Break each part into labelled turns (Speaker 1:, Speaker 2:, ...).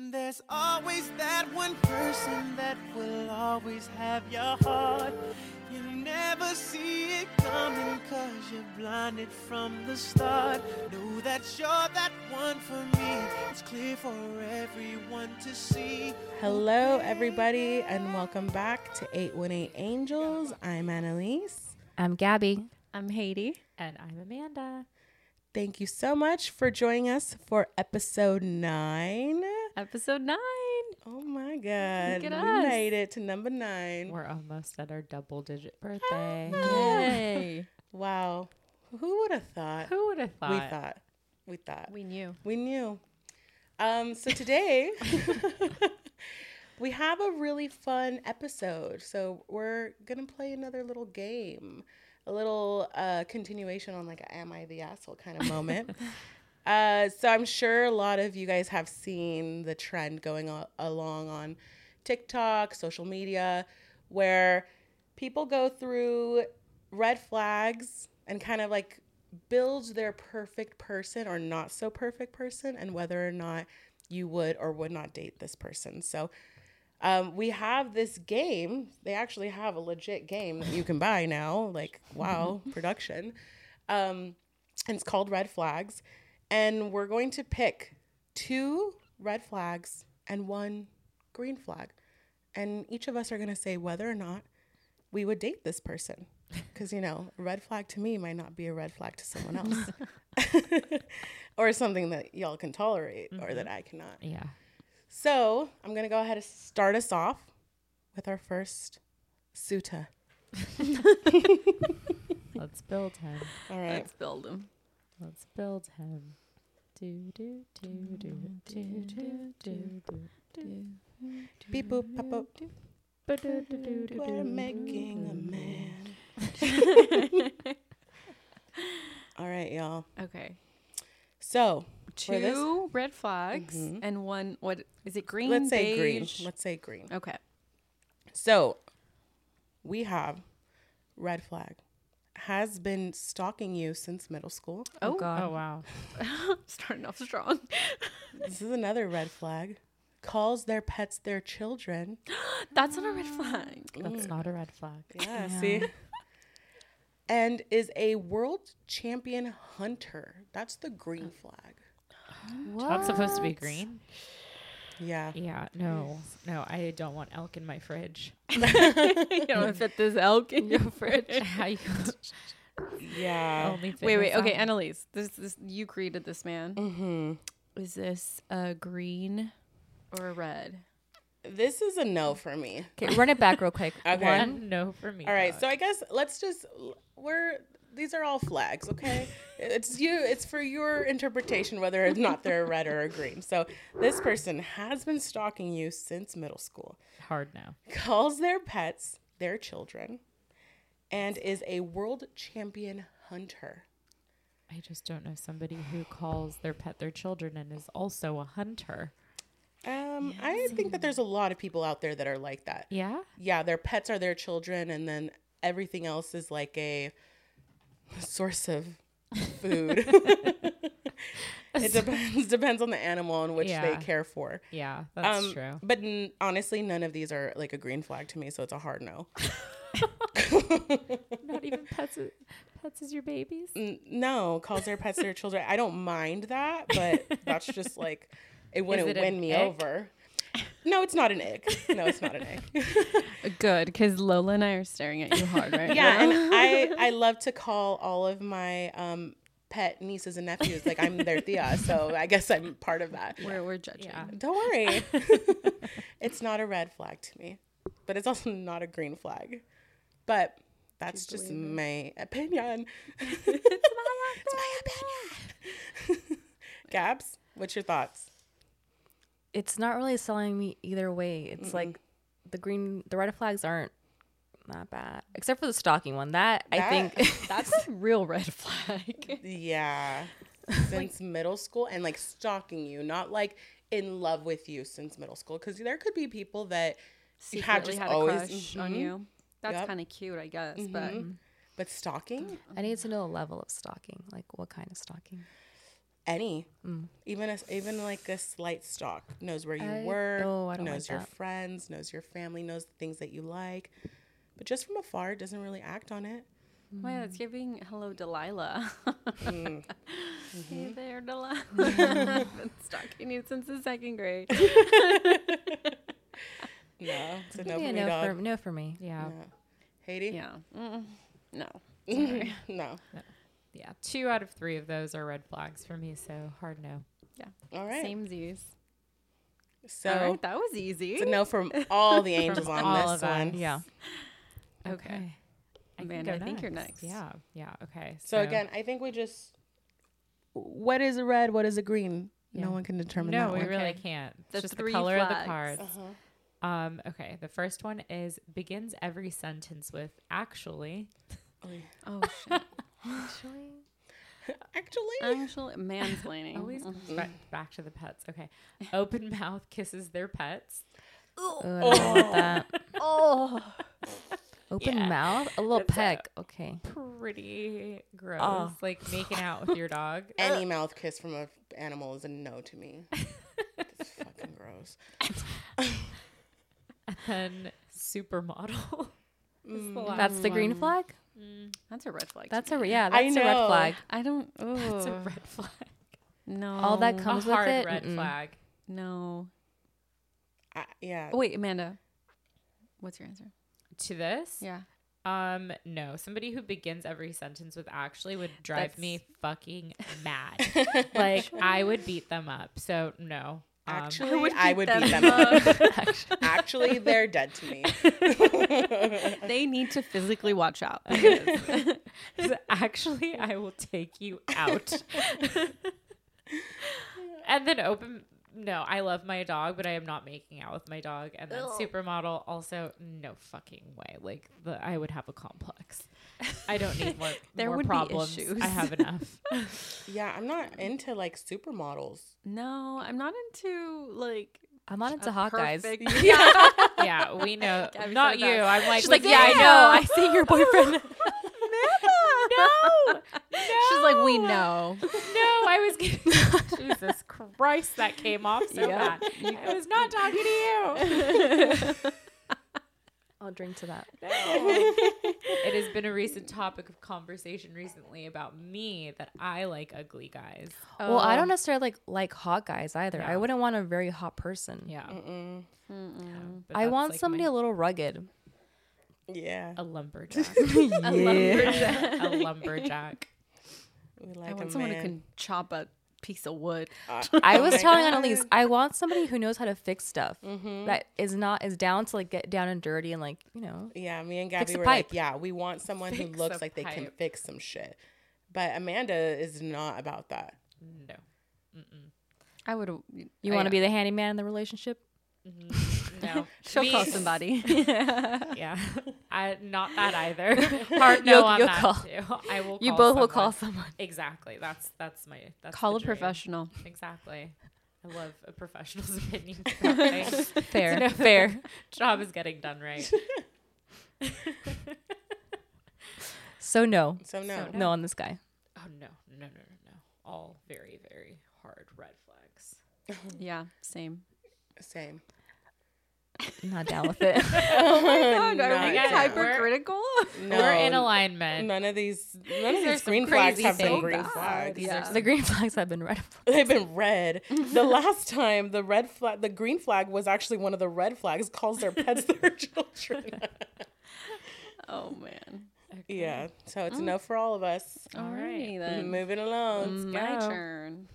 Speaker 1: There's always that one person that will always have your heart. You never see it coming cause you're blinded from the start. Know that you're that one for me. It's clear for everyone to see.
Speaker 2: Hello, everybody, and welcome back to 818 Angels. I'm Annalise.
Speaker 3: I'm Gabby.
Speaker 4: I'm Haiti.
Speaker 3: And I'm Amanda.
Speaker 2: Thank you so much for joining us for episode nine.
Speaker 4: Episode nine.
Speaker 2: Oh my God.
Speaker 4: Look at
Speaker 2: we
Speaker 4: us.
Speaker 2: made it to number nine.
Speaker 3: We're almost at our double digit birthday.
Speaker 4: Yay.
Speaker 2: Wow. Who would have thought?
Speaker 3: Who would have thought?
Speaker 2: We thought. We thought.
Speaker 4: we knew.
Speaker 2: We knew. Um, so today we have a really fun episode. So we're gonna play another little game, a little uh, continuation on like a "Am I the asshole?" kind of moment. uh, so I'm sure a lot of you guys have seen the trend going a- along on TikTok, social media, where people go through red flags and kind of like build their perfect person or not so perfect person and whether or not you would or would not date this person. So um, we have this game. They actually have a legit game that you can buy now. Like, wow, production. Um, and it's called Red Flags. And we're going to pick two red flags and one green flag. And each of us are going to say whether or not we would date this person. Because, you know, a red flag to me might not be a red flag to someone else, or something that y'all can tolerate or that I cannot.
Speaker 3: Yeah.
Speaker 2: So I'm gonna go ahead and start us off with our first sutta.
Speaker 3: Let's build him.
Speaker 2: All right.
Speaker 4: Let's build them.
Speaker 3: Let's build him. Do, do, do, do, do, do, do, do.
Speaker 2: Beep boop pop boop.
Speaker 3: Ba- do, do, do, do,
Speaker 2: We're
Speaker 3: do,
Speaker 2: making
Speaker 3: do,
Speaker 2: a
Speaker 3: do.
Speaker 2: man. All right, y'all.
Speaker 4: Okay.
Speaker 2: So For this-
Speaker 4: Two red flags and one, what is it? Mm-hmm. Green?
Speaker 2: let's say
Speaker 4: beige?
Speaker 2: green. Let's say green.
Speaker 4: Okay.
Speaker 2: So we have red flag has been stalking you since middle school.
Speaker 3: Oh,
Speaker 4: Oh.
Speaker 3: God. Oh, wow.
Speaker 4: Starting off strong.
Speaker 2: This is another red flag. Calls their pets their children.
Speaker 4: That's not a red flag.
Speaker 3: That's not a red flag.
Speaker 2: Yeah, see? And is a world champion hunter. That's the green flag.
Speaker 3: That's supposed to be green.
Speaker 2: Yeah.
Speaker 3: Yeah. No. No, I don't want elk in my fridge.
Speaker 4: you don't fit this elk in your fridge.
Speaker 3: I
Speaker 2: Yeah.
Speaker 3: only fit
Speaker 4: Wait, wait.
Speaker 3: myself.
Speaker 4: Okay, Annalise. This, this, you created this man. Mm-hmm. Is this a green or a red?
Speaker 2: This is a no for me.
Speaker 5: Okay, run it back real quick.
Speaker 4: Uh,
Speaker 2: Okay.
Speaker 3: A no for me.
Speaker 2: All right. So I guess let's just we're these are all flags, okay? it's you it's for your interpretation whether or not they're red or a green. So this person has been stalking you since middle school.
Speaker 3: Hard now.
Speaker 2: Calls their pets their children and is a world champion hunter.
Speaker 3: I just don't know somebody who calls their pet their children and is also a hunter.
Speaker 2: Um, I think that there's a lot of people out there that are like that.
Speaker 3: Yeah.
Speaker 2: Yeah, their pets are their children, and then everything else is like a source of food. it depends depends on the animal in which they
Speaker 3: Yeah.
Speaker 2: care for.
Speaker 3: Yeah, that's
Speaker 2: Um,
Speaker 3: true.
Speaker 2: But n- honestly, none of these are like a green flag to me, so it's a hard no.
Speaker 3: Not even pets. i- Pets is your babies.
Speaker 2: N- no, calls their pets their children. I don't mind that, but that's just like it wouldn't
Speaker 3: it an
Speaker 2: win me
Speaker 3: ick?
Speaker 2: over. No, it's not an ick. No, it's not an ick.
Speaker 4: Good, because Lola and I are staring at you hard right
Speaker 2: Yeah, and I I love to call all of my um pet nieces and nephews like I'm their Thea, so I guess I'm part of that.
Speaker 4: We're, we're judging.
Speaker 2: Don't worry, it's not a red flag to me, but it's also not a green flag. But that's just my opinion. it's my opinion. it's my opinion. Gabs, what's your thoughts?
Speaker 5: It's not really selling me either way. It's like the green, the red flags aren't that bad, except for the stalking one. That, I
Speaker 2: That-
Speaker 5: think
Speaker 4: That's a real red flag.
Speaker 2: Yeah, since middle school and like stalking you, not like in love with you since middle school, because there could be people that you have
Speaker 4: Secretly
Speaker 2: just
Speaker 4: had
Speaker 2: always
Speaker 4: a crush on
Speaker 2: Mhm.
Speaker 4: you. That's
Speaker 2: Yep. Mm-hmm.
Speaker 4: kind of cute, I guess.
Speaker 2: But stalking?
Speaker 5: I need to know the level of stalking, like what kind of stalking.
Speaker 2: any, even a, even like a slight stalk knows where you
Speaker 4: I-
Speaker 2: work,
Speaker 4: oh, I don't like
Speaker 2: knows your
Speaker 4: that.
Speaker 2: friends, knows your family, knows the things that you like, but just from afar doesn't really act on it.
Speaker 4: Wow, it's giving hello Delilah. Hey there, Delilah. I've been stalking you since the second grade.
Speaker 2: No, it's a no
Speaker 5: Maybe
Speaker 2: for me,
Speaker 5: a no for,
Speaker 2: dog.
Speaker 5: no for me.
Speaker 3: Yeah.
Speaker 2: No. Haiti,
Speaker 4: Yeah. Mm, no.
Speaker 2: no.
Speaker 3: Yeah. Two out of three of those are red flags for me. So hard no.
Speaker 2: All right,
Speaker 4: Same Z's.
Speaker 2: so
Speaker 4: All right, that was easy.
Speaker 2: it's a no from all the angels on
Speaker 3: all
Speaker 2: this
Speaker 3: of us.
Speaker 2: one.
Speaker 5: Yeah.
Speaker 4: Okay.
Speaker 3: I
Speaker 4: Amanda,
Speaker 3: I'm
Speaker 4: I think you're next.
Speaker 3: Yeah. Yeah. Okay.
Speaker 2: So again, I think we just what is a red, what is a green?
Speaker 3: Yeah.
Speaker 2: No one can determine
Speaker 3: no,
Speaker 2: that
Speaker 3: we
Speaker 2: one.
Speaker 3: really
Speaker 4: Okay.
Speaker 3: can't. It's
Speaker 4: The
Speaker 3: just
Speaker 4: three
Speaker 3: the color of the
Speaker 4: flags.
Speaker 3: cards.
Speaker 2: Uh-huh.
Speaker 3: Um, okay. The first one is begins every sentence with actually.
Speaker 4: Oh, shit.
Speaker 5: Actually,
Speaker 2: Actually,
Speaker 4: Actually, mansplaining.
Speaker 3: Always back, back to the pets. Okay. Open mouth kisses their pets.
Speaker 5: Ooh, I don't want that.
Speaker 4: oh.
Speaker 5: Open mouth, a little peck. Okay.
Speaker 3: Pretty gross.
Speaker 5: Oh.
Speaker 3: Like making out with your dog.
Speaker 2: any mouth kiss from an animal is a no to me. It's fucking gross.
Speaker 3: And supermodel. is
Speaker 2: Mm,
Speaker 3: the last
Speaker 5: That's the green
Speaker 4: one.
Speaker 5: flag.
Speaker 4: That's a red flag. to
Speaker 5: That's a
Speaker 4: me.
Speaker 5: re- yeah.
Speaker 2: I
Speaker 5: That's a red
Speaker 2: know.
Speaker 5: flag.
Speaker 4: I don't. Oh.
Speaker 3: It's a red flag.
Speaker 4: no.
Speaker 5: All that
Speaker 3: A
Speaker 5: comes with
Speaker 3: hard
Speaker 5: it.
Speaker 3: red
Speaker 5: mm-mm.
Speaker 3: flag.
Speaker 4: No.
Speaker 2: I, yeah.
Speaker 4: Oh, wait, Amanda. What's your answer?
Speaker 3: To this?
Speaker 4: Yeah.
Speaker 3: Um, no. Somebody who begins every sentence with actually would drive me fucking mad. like I would beat them up. So no. Um,
Speaker 2: Actually, I
Speaker 4: would
Speaker 2: would,
Speaker 4: beat them
Speaker 2: beat them up. Actually, they're dead to me.
Speaker 4: They need to physically watch out.
Speaker 3: actually I will take you out. and then open no, I love my dog, but I am not making out with my dog. And then supermodel also no fucking way. Like the, I would have a complex. I don't need more,
Speaker 4: There
Speaker 3: more
Speaker 4: would be
Speaker 3: problems.
Speaker 4: issues.
Speaker 3: I have enough.
Speaker 2: Yeah, I'm not into like supermodels.
Speaker 4: no, I'm not into like
Speaker 5: I'm on it to
Speaker 4: a
Speaker 5: hot guys.
Speaker 4: perfect-
Speaker 3: yeah, we know.
Speaker 4: Gabby
Speaker 3: not
Speaker 4: said
Speaker 3: you.
Speaker 4: that.
Speaker 3: I'm like,
Speaker 5: She's like, yeah, I know. I
Speaker 3: know.
Speaker 5: see your boyfriend.
Speaker 3: no,
Speaker 4: She's like, we know.
Speaker 3: no, I was getting Jesus Christ, that came off so
Speaker 4: Yeah.
Speaker 3: bad. I was not talking to you.
Speaker 5: I'll drink to that.
Speaker 3: It has been a recent topic of conversation recently about me that I like ugly guys. Um,
Speaker 5: Well, I don't necessarily like like hot guys either. I
Speaker 3: No.
Speaker 5: wouldn't want a very hot person.
Speaker 3: Yeah. But
Speaker 5: Mm. I
Speaker 3: that's
Speaker 5: want
Speaker 3: like
Speaker 5: somebody
Speaker 3: my-
Speaker 5: a little rugged.
Speaker 2: Yeah,
Speaker 3: a lumberjack.
Speaker 4: I love her.
Speaker 3: a lumberjack.
Speaker 2: we
Speaker 4: I
Speaker 2: like
Speaker 4: want
Speaker 2: a
Speaker 4: someone who
Speaker 2: man.
Speaker 4: can chop a piece of wood.
Speaker 2: Uh,
Speaker 5: I was
Speaker 2: my
Speaker 5: telling
Speaker 2: God.
Speaker 5: Annalise, I want somebody who knows how to fix stuff
Speaker 2: Mm-hmm.
Speaker 5: that is not is down to like get down and dirty and like you know.
Speaker 2: Yeah, me and Gabby
Speaker 5: a
Speaker 2: were
Speaker 5: pipe.
Speaker 2: like, yeah, we want someone who
Speaker 3: Fix a
Speaker 2: looks like they can
Speaker 3: pipe.
Speaker 2: fix some shit. But Amanda is not about that.
Speaker 3: No.
Speaker 4: I would.
Speaker 5: You want to be the handyman in the relationship?
Speaker 3: No.
Speaker 4: She'll
Speaker 3: Me-
Speaker 4: call somebody.
Speaker 3: Yeah. I not that either. Hard no
Speaker 5: You'll-
Speaker 3: on
Speaker 5: you'll
Speaker 3: that
Speaker 5: call-
Speaker 3: too. I will
Speaker 5: You
Speaker 3: call
Speaker 5: both will call
Speaker 3: someone.
Speaker 5: someone.
Speaker 3: Exactly. That's that's my that's
Speaker 4: Call
Speaker 3: the
Speaker 4: a
Speaker 3: dream.
Speaker 4: professional.
Speaker 3: Exactly. I love a professional's opinion. about things.
Speaker 5: Fair, fair.
Speaker 3: Job is getting done right.
Speaker 5: So no,
Speaker 2: So no.
Speaker 3: no.
Speaker 5: no on this guy.
Speaker 3: Oh no, no, no, no, no. All very, very hard red flags.
Speaker 4: yeah, same.
Speaker 2: Same.
Speaker 5: Not down with it.
Speaker 4: Oh God, are
Speaker 2: not
Speaker 4: we
Speaker 2: down.
Speaker 4: hypercritical?
Speaker 2: No,
Speaker 3: We're in alignment.
Speaker 2: None of these, none of
Speaker 3: are
Speaker 2: these
Speaker 3: some
Speaker 2: green flags
Speaker 3: crazy
Speaker 2: have been
Speaker 3: things.
Speaker 2: green
Speaker 4: So bad.
Speaker 2: flags.
Speaker 4: These are Yeah.
Speaker 5: the green flags have been red.
Speaker 2: They've been red. The last time, the red flag, the green flag was actually one of the red flags. Calls their pets their children.
Speaker 4: Oh man.
Speaker 2: yeah. So it's a no for all of us.
Speaker 4: All
Speaker 3: right.
Speaker 4: right then.
Speaker 2: Moving along.
Speaker 4: My
Speaker 5: go.
Speaker 4: turn.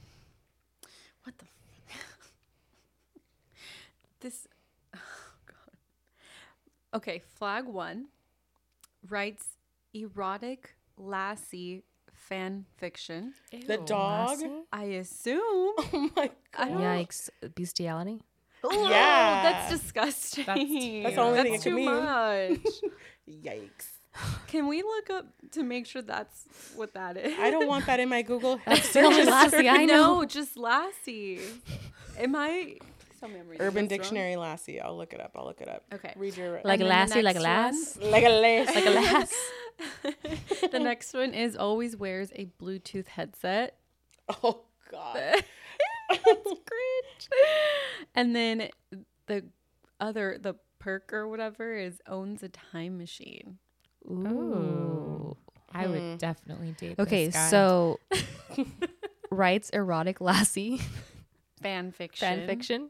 Speaker 4: What the? F- this. Oh God. Okay, flag one writes erotic lassie fan fiction.
Speaker 2: The
Speaker 3: Ew.
Speaker 2: dog.
Speaker 4: I assume.
Speaker 2: Oh my
Speaker 4: I don't.
Speaker 5: Yikes! Bestiality.
Speaker 4: Ugh,
Speaker 2: Yeah.
Speaker 4: that's disgusting.
Speaker 3: That's
Speaker 2: the only thing
Speaker 4: That's
Speaker 2: it
Speaker 4: too much.
Speaker 2: Yikes.
Speaker 4: Can we look up to make sure that's what that is?
Speaker 2: I don't want that in my Google
Speaker 5: The
Speaker 2: search.
Speaker 5: only lassie I know.
Speaker 4: No, just lassie. Am I? Please tell me I'm reading
Speaker 2: Urban
Speaker 4: this wrong.
Speaker 2: Dictionary Lassie. I'll look it up. I'll look it up.
Speaker 4: Okay.
Speaker 2: Read your uh,
Speaker 5: Like
Speaker 4: And then the
Speaker 5: lassie, like
Speaker 4: next
Speaker 5: lass,
Speaker 2: like a lass.
Speaker 5: like a lass.
Speaker 4: the next one is always wears a Bluetooth headset.
Speaker 2: oh God.
Speaker 4: and then the other the perk or whatever is owns a time machine.
Speaker 3: Ooh. I
Speaker 4: Hmm.
Speaker 3: would definitely date. this
Speaker 5: Okay,
Speaker 3: guy.
Speaker 5: so writes erotic lassie
Speaker 4: Fan fiction.
Speaker 5: fan fiction.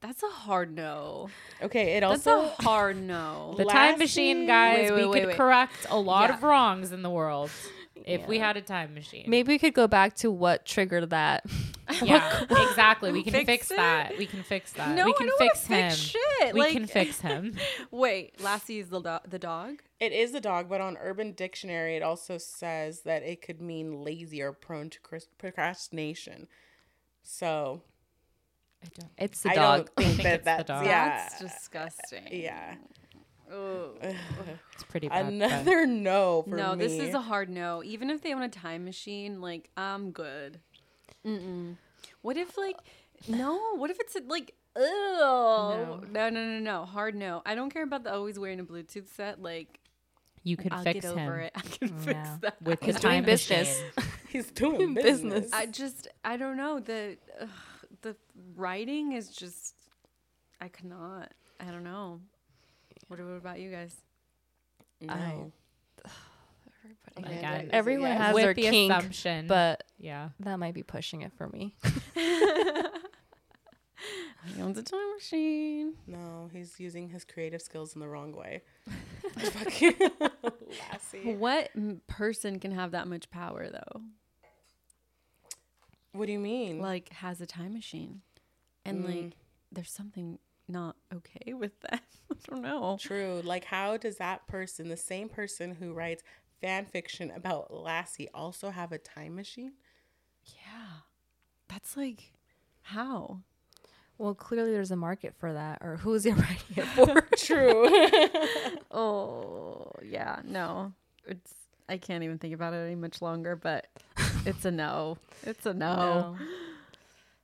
Speaker 4: That's a hard no.
Speaker 2: Okay, it
Speaker 4: That's
Speaker 2: also
Speaker 4: a hard no.
Speaker 3: the time machine, guys,
Speaker 4: Wait,
Speaker 3: we
Speaker 4: wait, wait,
Speaker 3: could
Speaker 4: wait.
Speaker 3: correct a lot
Speaker 4: Yeah.
Speaker 3: of wrongs in the world if we had a time machine.
Speaker 5: Maybe we could go back to what triggered that.
Speaker 3: Yeah, exactly. We can
Speaker 4: Fix
Speaker 3: fix,
Speaker 4: it?
Speaker 3: that. We can fix that.
Speaker 4: No,
Speaker 3: we
Speaker 4: I
Speaker 3: can
Speaker 4: don't wanna
Speaker 3: fix him.
Speaker 4: fix shit.
Speaker 3: We
Speaker 4: Like-
Speaker 3: can fix him.
Speaker 4: Wait, Lassie is the do- the dog.
Speaker 2: it is a dog, but on Urban Dictionary it also says that it could mean lazy or prone to cris- procrastination. So
Speaker 3: I don't.
Speaker 5: It's the
Speaker 2: I
Speaker 5: dog.
Speaker 2: don't think
Speaker 3: think
Speaker 2: that
Speaker 3: it's the
Speaker 2: that's
Speaker 3: dog.
Speaker 2: Uh, yeah,
Speaker 4: That's disgusting.
Speaker 2: yeah.
Speaker 4: Ugh.
Speaker 3: It's pretty bad. but-
Speaker 2: Another no for
Speaker 4: No,
Speaker 2: me.
Speaker 4: this is a hard no. Even if they own a time machine, like I'm good. Mm-mm. What if like no? What if it's like oh no. no no no no hard no. I don't care about the always wearing a Bluetooth set. Like
Speaker 3: you could
Speaker 4: I'll
Speaker 3: fix
Speaker 4: get over
Speaker 3: him
Speaker 4: it. I can fix
Speaker 5: Yeah.
Speaker 4: that.
Speaker 3: with the
Speaker 5: He's doing
Speaker 3: time
Speaker 5: business.
Speaker 3: machine.
Speaker 2: he's doing business.
Speaker 5: business.
Speaker 4: I just I don't know the ugh, the writing is just I cannot. I don't know. What, what about you guys?
Speaker 2: No.
Speaker 3: Like,
Speaker 2: Yeah,
Speaker 3: I-
Speaker 2: that is a
Speaker 5: Everyone
Speaker 2: yes.
Speaker 5: has
Speaker 3: Oh with
Speaker 5: their
Speaker 3: the
Speaker 5: kink,
Speaker 3: assumption,
Speaker 5: but
Speaker 3: yeah,
Speaker 5: that might be pushing it for me.
Speaker 4: He owns a time machine.
Speaker 2: No, he's using his creative skills in the wrong way. Fucking Lassie.
Speaker 4: What m- person can have that much power though?
Speaker 2: What do you mean?
Speaker 4: Like has a time machine, and like there's something not okay with that. I don't know.
Speaker 2: True. Like, how does that person, the same person who writes fan fiction about Lassie, also have a time machine?
Speaker 4: Yeah, that's like how.
Speaker 5: Well, clearly there's a market for that, or who is he writing it for?
Speaker 2: True.
Speaker 4: Oh yeah, no, it's I can't even think about it any much longer. But it's a no. It's a no.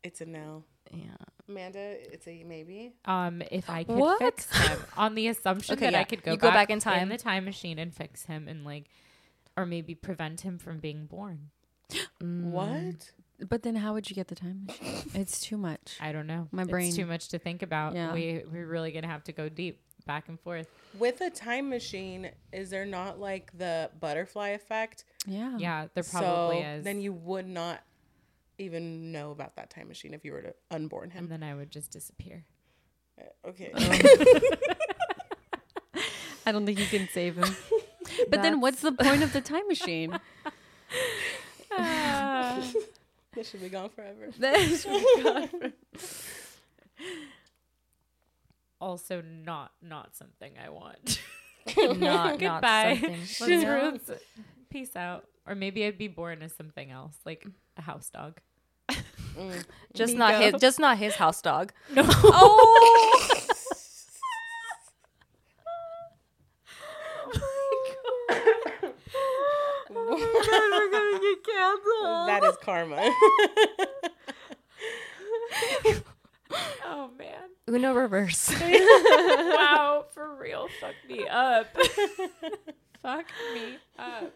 Speaker 2: it's a no.
Speaker 5: Yeah.
Speaker 2: Amanda, it's a maybe.
Speaker 3: um, if I could
Speaker 5: What?
Speaker 3: fix him on the assumption
Speaker 5: Okay,
Speaker 3: that
Speaker 5: yeah.
Speaker 3: I could go,
Speaker 5: You
Speaker 3: back, in time, the time machine, and fix him, and like, or maybe prevent him from being born. Mm.
Speaker 2: What?
Speaker 4: But then how would you get the time machine? It's too much.
Speaker 3: I don't know.
Speaker 4: My brain-
Speaker 3: It's too much to think about.
Speaker 4: Yeah.
Speaker 3: We we're really gonna have to go deep back and forth.
Speaker 2: With a time machine, is there not like the butterfly effect?
Speaker 4: Yeah.
Speaker 3: Yeah, there probably
Speaker 2: so
Speaker 3: is.
Speaker 2: then you would not even know about that time machine if you were to unborn
Speaker 3: and
Speaker 2: him. Uh,
Speaker 3: then I would just disappear.
Speaker 2: Okay.
Speaker 3: Um.
Speaker 4: I don't think you can save him. But then what's the point of the time machine?
Speaker 2: this should be gone forever.
Speaker 3: also, not not something I want.
Speaker 5: Not, not
Speaker 3: Goodbye.
Speaker 5: something.
Speaker 3: She's roots. Peace out. Or maybe I'd be born as something else, like a house dog.
Speaker 5: Just not his. Just not his house dog.
Speaker 4: oh.
Speaker 2: that is karma.
Speaker 3: Oh man!
Speaker 5: Uno reverse.
Speaker 3: Wow, for real, fuck me up. fuck me up.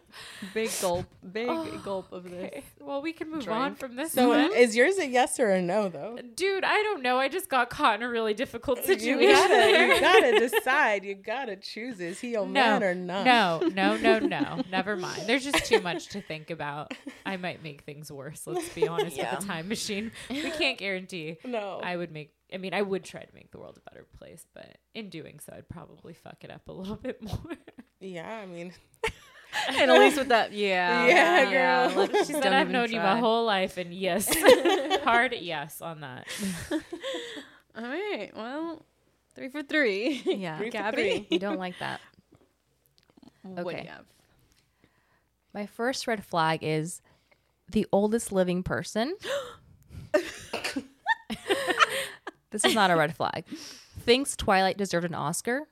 Speaker 4: Big gulp. Big gulp of this.
Speaker 3: Okay. Well, we can move on
Speaker 4: Drink.
Speaker 3: from this
Speaker 2: so
Speaker 3: one,
Speaker 2: is yours a yes or a no though?
Speaker 3: dude. I don't know. I just got caught in a really difficult situation.
Speaker 2: You gotta, you
Speaker 3: there.
Speaker 2: gotta decide. You gotta choose. Is he your man or not?
Speaker 3: No, no, no, no. Never mind. There's just too much to think about. I might make things worse. Let's be honest with the time machine. We can't guarantee.
Speaker 2: No.
Speaker 3: I would make. I mean, I would try to make the world a better place, but in doing so, I'd probably fuck it up a little bit more.
Speaker 2: Yeah, I mean,
Speaker 4: And at least with that, yeah.
Speaker 2: Yeah, girl.
Speaker 4: let's
Speaker 3: She
Speaker 4: just
Speaker 3: said,
Speaker 4: don't
Speaker 3: "I've
Speaker 4: even
Speaker 3: known you
Speaker 4: try."
Speaker 3: my whole life," and yes, hard yes on that.
Speaker 4: All right. Well, three for three.
Speaker 5: Yeah.
Speaker 2: three for
Speaker 4: Gabby?
Speaker 2: three.
Speaker 5: You don't like that.
Speaker 4: What do
Speaker 5: Okay.
Speaker 4: you have?
Speaker 5: My first red flag is the oldest living person. this is not a red flag. Thinks Twilight deserved an Oscar.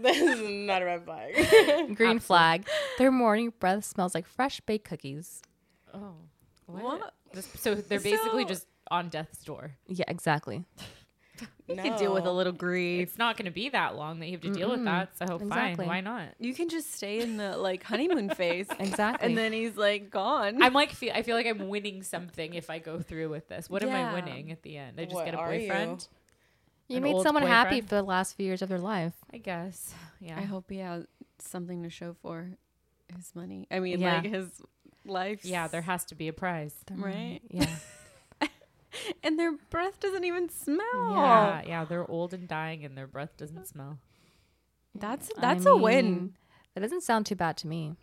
Speaker 2: This is not a red flag.
Speaker 5: Green flag. Their morning breath smells like fresh baked cookies.
Speaker 3: Oh,
Speaker 4: What?
Speaker 3: This- so they're basically
Speaker 4: So-
Speaker 3: just on death's door.
Speaker 5: Yeah, exactly.
Speaker 4: You can deal with a
Speaker 2: No.
Speaker 4: little grief.
Speaker 3: It's not going to be that long that you have to deal with that. So
Speaker 5: Exactly.
Speaker 3: fine, why not?
Speaker 4: You can just stay in the like honeymoon phase.
Speaker 5: Exactly.
Speaker 4: And then he's like gone.
Speaker 3: I'm like, feel, I feel like I'm winning something if I go through with this. What am
Speaker 4: Yeah.
Speaker 3: I winning at the end? I just
Speaker 2: What
Speaker 3: get a
Speaker 2: are you?
Speaker 3: boyfriend.
Speaker 5: you
Speaker 3: an
Speaker 5: made
Speaker 3: old
Speaker 5: someone happy
Speaker 3: boyfriend.
Speaker 5: for the last few years of their life.
Speaker 3: I guess. Yeah.
Speaker 4: I hope he has something to show for his money. I mean,
Speaker 5: Yeah.
Speaker 4: like his life.
Speaker 3: yeah, there has to be a prize.
Speaker 4: Right.
Speaker 5: Yeah.
Speaker 4: Mm-hmm. And their breath doesn't even smell.
Speaker 3: Yeah,
Speaker 2: Oh.
Speaker 3: yeah. They're old and dying, and their breath doesn't smell.
Speaker 4: That's
Speaker 5: I
Speaker 4: that's a win.
Speaker 5: mean, That doesn't sound too bad to me.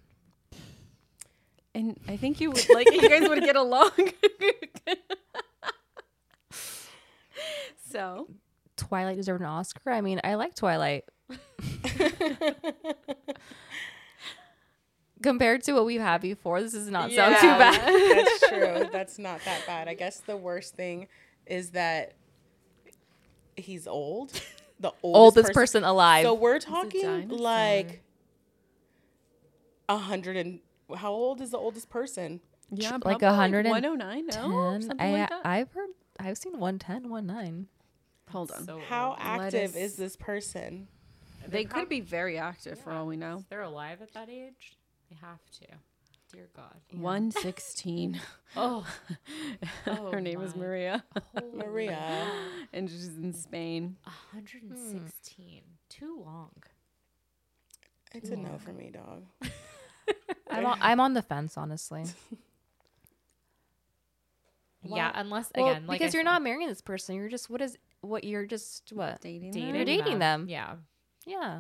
Speaker 4: And I think you would like you guys would get along. so
Speaker 5: Twilight deserved an Oscar. I mean, I like Twilight. Compared to what we've had before, this does not sound too bad.
Speaker 2: That's true. That's not that bad. I guess the worst thing is that he's old. The oldest,
Speaker 5: Oldest person alive.
Speaker 2: So we're talking
Speaker 4: dinosaur.
Speaker 2: like a hundred and how old is the oldest person?
Speaker 4: yeah,
Speaker 5: Like probably, like, 100 and
Speaker 4: one oh nine. No,
Speaker 5: 10.
Speaker 4: something
Speaker 5: I,
Speaker 4: like that.
Speaker 5: I've heard, I've seen 110, 19.
Speaker 4: Hold on,
Speaker 3: So
Speaker 2: Um, How
Speaker 3: old.
Speaker 2: active
Speaker 4: us-
Speaker 2: is this person?
Speaker 4: they could be very active for all we know.
Speaker 3: If they're alive at that age, they have to. Dear God.
Speaker 4: One sixteen.
Speaker 3: Oh,
Speaker 4: Her name is
Speaker 3: my.
Speaker 4: Maria,
Speaker 2: Maria.
Speaker 4: and she's in Spain.
Speaker 5: Hmm.
Speaker 3: 116. Too long.
Speaker 2: It's a no for me, dog.
Speaker 5: I'm on, I'm on the fence, honestly.
Speaker 3: Yeah, unless
Speaker 5: Well,
Speaker 3: again, like
Speaker 5: because
Speaker 3: I
Speaker 5: you're
Speaker 3: said,
Speaker 5: not marrying this person. You're just what is what you're just what?
Speaker 4: Dating
Speaker 3: dating
Speaker 5: You're dating them.
Speaker 3: Yeah,
Speaker 5: Yeah.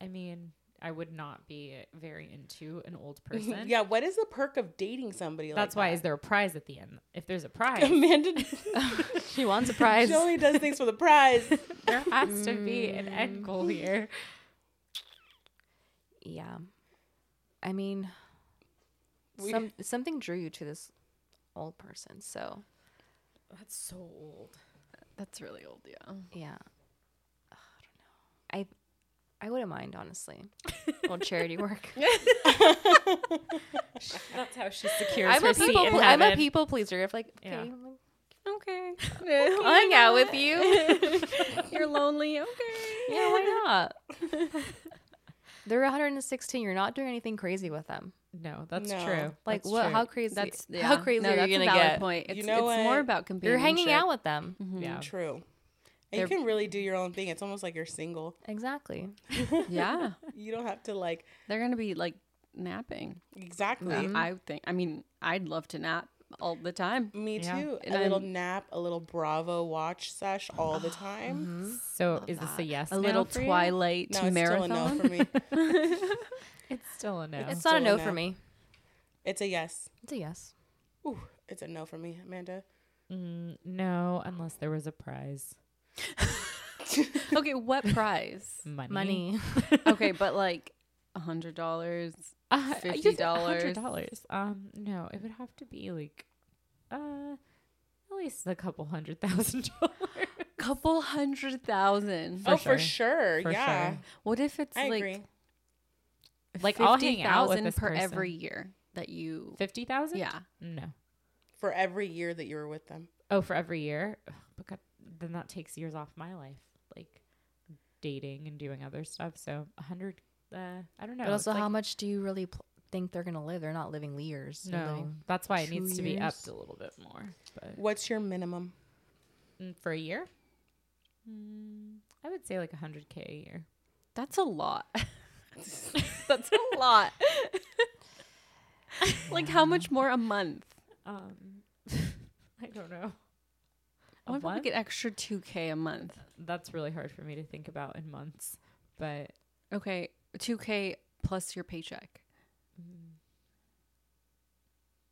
Speaker 3: I mean, I would not be very into an old person.
Speaker 2: Yeah, what is the perk of dating somebody?
Speaker 3: that's
Speaker 2: like
Speaker 3: why.
Speaker 2: that?
Speaker 3: Is there a prize at the end? If there's a prize,
Speaker 2: Amanda
Speaker 5: She wants a prize.
Speaker 2: she only does things for the prize.
Speaker 3: there has to be an end goal here.
Speaker 5: yeah. I mean
Speaker 2: We-
Speaker 5: some something drew you to this old person. So,
Speaker 3: That's so old.
Speaker 4: That's really old, yeah.
Speaker 5: yeah. Ugh, I don't know. I I wouldn't mind honestly. old charity work.
Speaker 3: That's how she secures
Speaker 5: I'm
Speaker 3: her
Speaker 5: a
Speaker 3: seat
Speaker 5: people
Speaker 3: in
Speaker 5: ple- I'm a
Speaker 3: heaven.
Speaker 5: people pleaser. If like okay,
Speaker 3: Yeah.
Speaker 5: I'm like,
Speaker 4: Okay.
Speaker 5: I'll hang out with you.
Speaker 4: You're lonely. Okay.
Speaker 5: yeah, why not? They're 116. You're not doing anything crazy with them.
Speaker 3: No, that's
Speaker 2: No.
Speaker 3: true.
Speaker 5: Like
Speaker 3: That's
Speaker 5: what?
Speaker 3: true.
Speaker 5: How crazy?
Speaker 4: That's
Speaker 5: how
Speaker 4: yeah.
Speaker 5: crazy
Speaker 4: No,
Speaker 5: are
Speaker 4: that's
Speaker 5: you
Speaker 4: a
Speaker 5: gonna
Speaker 4: valid
Speaker 5: get?
Speaker 4: Point. It's,
Speaker 2: know
Speaker 4: it's more
Speaker 2: what?
Speaker 4: about competing.
Speaker 5: You're hanging out with them.
Speaker 3: Yeah.
Speaker 2: True. And
Speaker 4: They're-
Speaker 2: you can really do your own thing. It's almost like you're single.
Speaker 5: Exactly.
Speaker 4: Yeah,
Speaker 2: You don't have to like
Speaker 4: they're gonna be like napping. Um,
Speaker 2: exactly.
Speaker 4: I think. I mean, I'd love to nap all the time.
Speaker 2: Me
Speaker 3: Yeah.
Speaker 2: too.
Speaker 4: And
Speaker 2: a little nap, a little Bravo watch sesh all the time.
Speaker 3: So is this a yes?
Speaker 4: A little
Speaker 3: now for you?
Speaker 4: Twilight
Speaker 2: No, it's still a
Speaker 4: marathon.
Speaker 2: no for me.
Speaker 3: It's still a no.
Speaker 5: It's not a
Speaker 2: still a
Speaker 5: no for
Speaker 2: no.
Speaker 5: me.
Speaker 2: It's a yes.
Speaker 5: It's a yes.
Speaker 2: Ooh, it's a no for me, Amanda.
Speaker 3: Mm, no, unless there was a prize.
Speaker 4: okay, what prize?
Speaker 3: Money.
Speaker 5: Money.
Speaker 4: okay, but like a hundred dollars.
Speaker 3: Uh,
Speaker 4: $50.
Speaker 3: you said $100. Um, no, it would have to be like, uh, at least a couple hundred thousand dollars.
Speaker 4: Couple hundred thousand.
Speaker 2: oh,
Speaker 3: sure.
Speaker 2: for sure.
Speaker 3: For
Speaker 2: yeah.
Speaker 3: sure.
Speaker 4: What if it's
Speaker 2: I
Speaker 4: like
Speaker 2: agree.
Speaker 3: Like, I'll hang out with
Speaker 4: 50,000
Speaker 3: this
Speaker 4: per
Speaker 3: person.
Speaker 4: every year that you.
Speaker 3: Fifty thousand?
Speaker 4: Yeah.
Speaker 3: No.
Speaker 2: For every year that you were with them.
Speaker 3: Oh, for every year. Ugh, But God, then that takes years off my life, like dating and doing other stuff. So a hundred. Uh, I don't know.
Speaker 5: But also,
Speaker 3: It's
Speaker 5: how
Speaker 3: like-
Speaker 5: much do you really pl- think they're gonna live? They're not living years. They're
Speaker 3: No,
Speaker 5: living-
Speaker 3: that's why it
Speaker 5: two
Speaker 3: needs to be
Speaker 5: years?
Speaker 3: upped a little bit more. But
Speaker 2: What's your minimum?
Speaker 3: Mm, for a year, mm, I would say like a hundred k a year.
Speaker 4: That's a lot. That's a lot. like how much more a month?
Speaker 3: Um, I don't know. A
Speaker 4: Oh, I would probably
Speaker 3: month?
Speaker 4: get extra two k a month.
Speaker 3: that's really hard for me to think about in months. But
Speaker 4: Okay, two k plus your paycheck.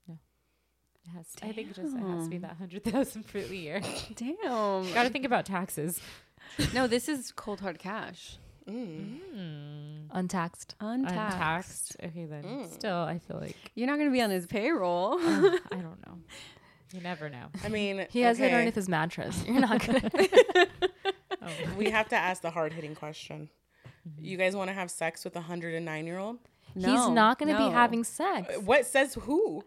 Speaker 3: it has to, I think it just it has to be that hundred thousand for the year.
Speaker 4: Damn.
Speaker 3: Got to think about taxes.
Speaker 4: no, this is cold hard cash,
Speaker 3: Mm-hmm.
Speaker 2: Mm.
Speaker 5: untaxed.
Speaker 4: untaxed.
Speaker 3: Untaxed. Okay, then still, I feel like
Speaker 4: You're not gonna be on his payroll.
Speaker 3: uh, I don't know. You never know.
Speaker 2: I mean,
Speaker 5: He has it
Speaker 2: okay,
Speaker 5: underneath his mattress. You're not gonna.
Speaker 2: we have to ask the hard hitting question. You guys want to have sex with a 109 year old? Uh,
Speaker 5: He's not gonna be having sex.
Speaker 2: What says who?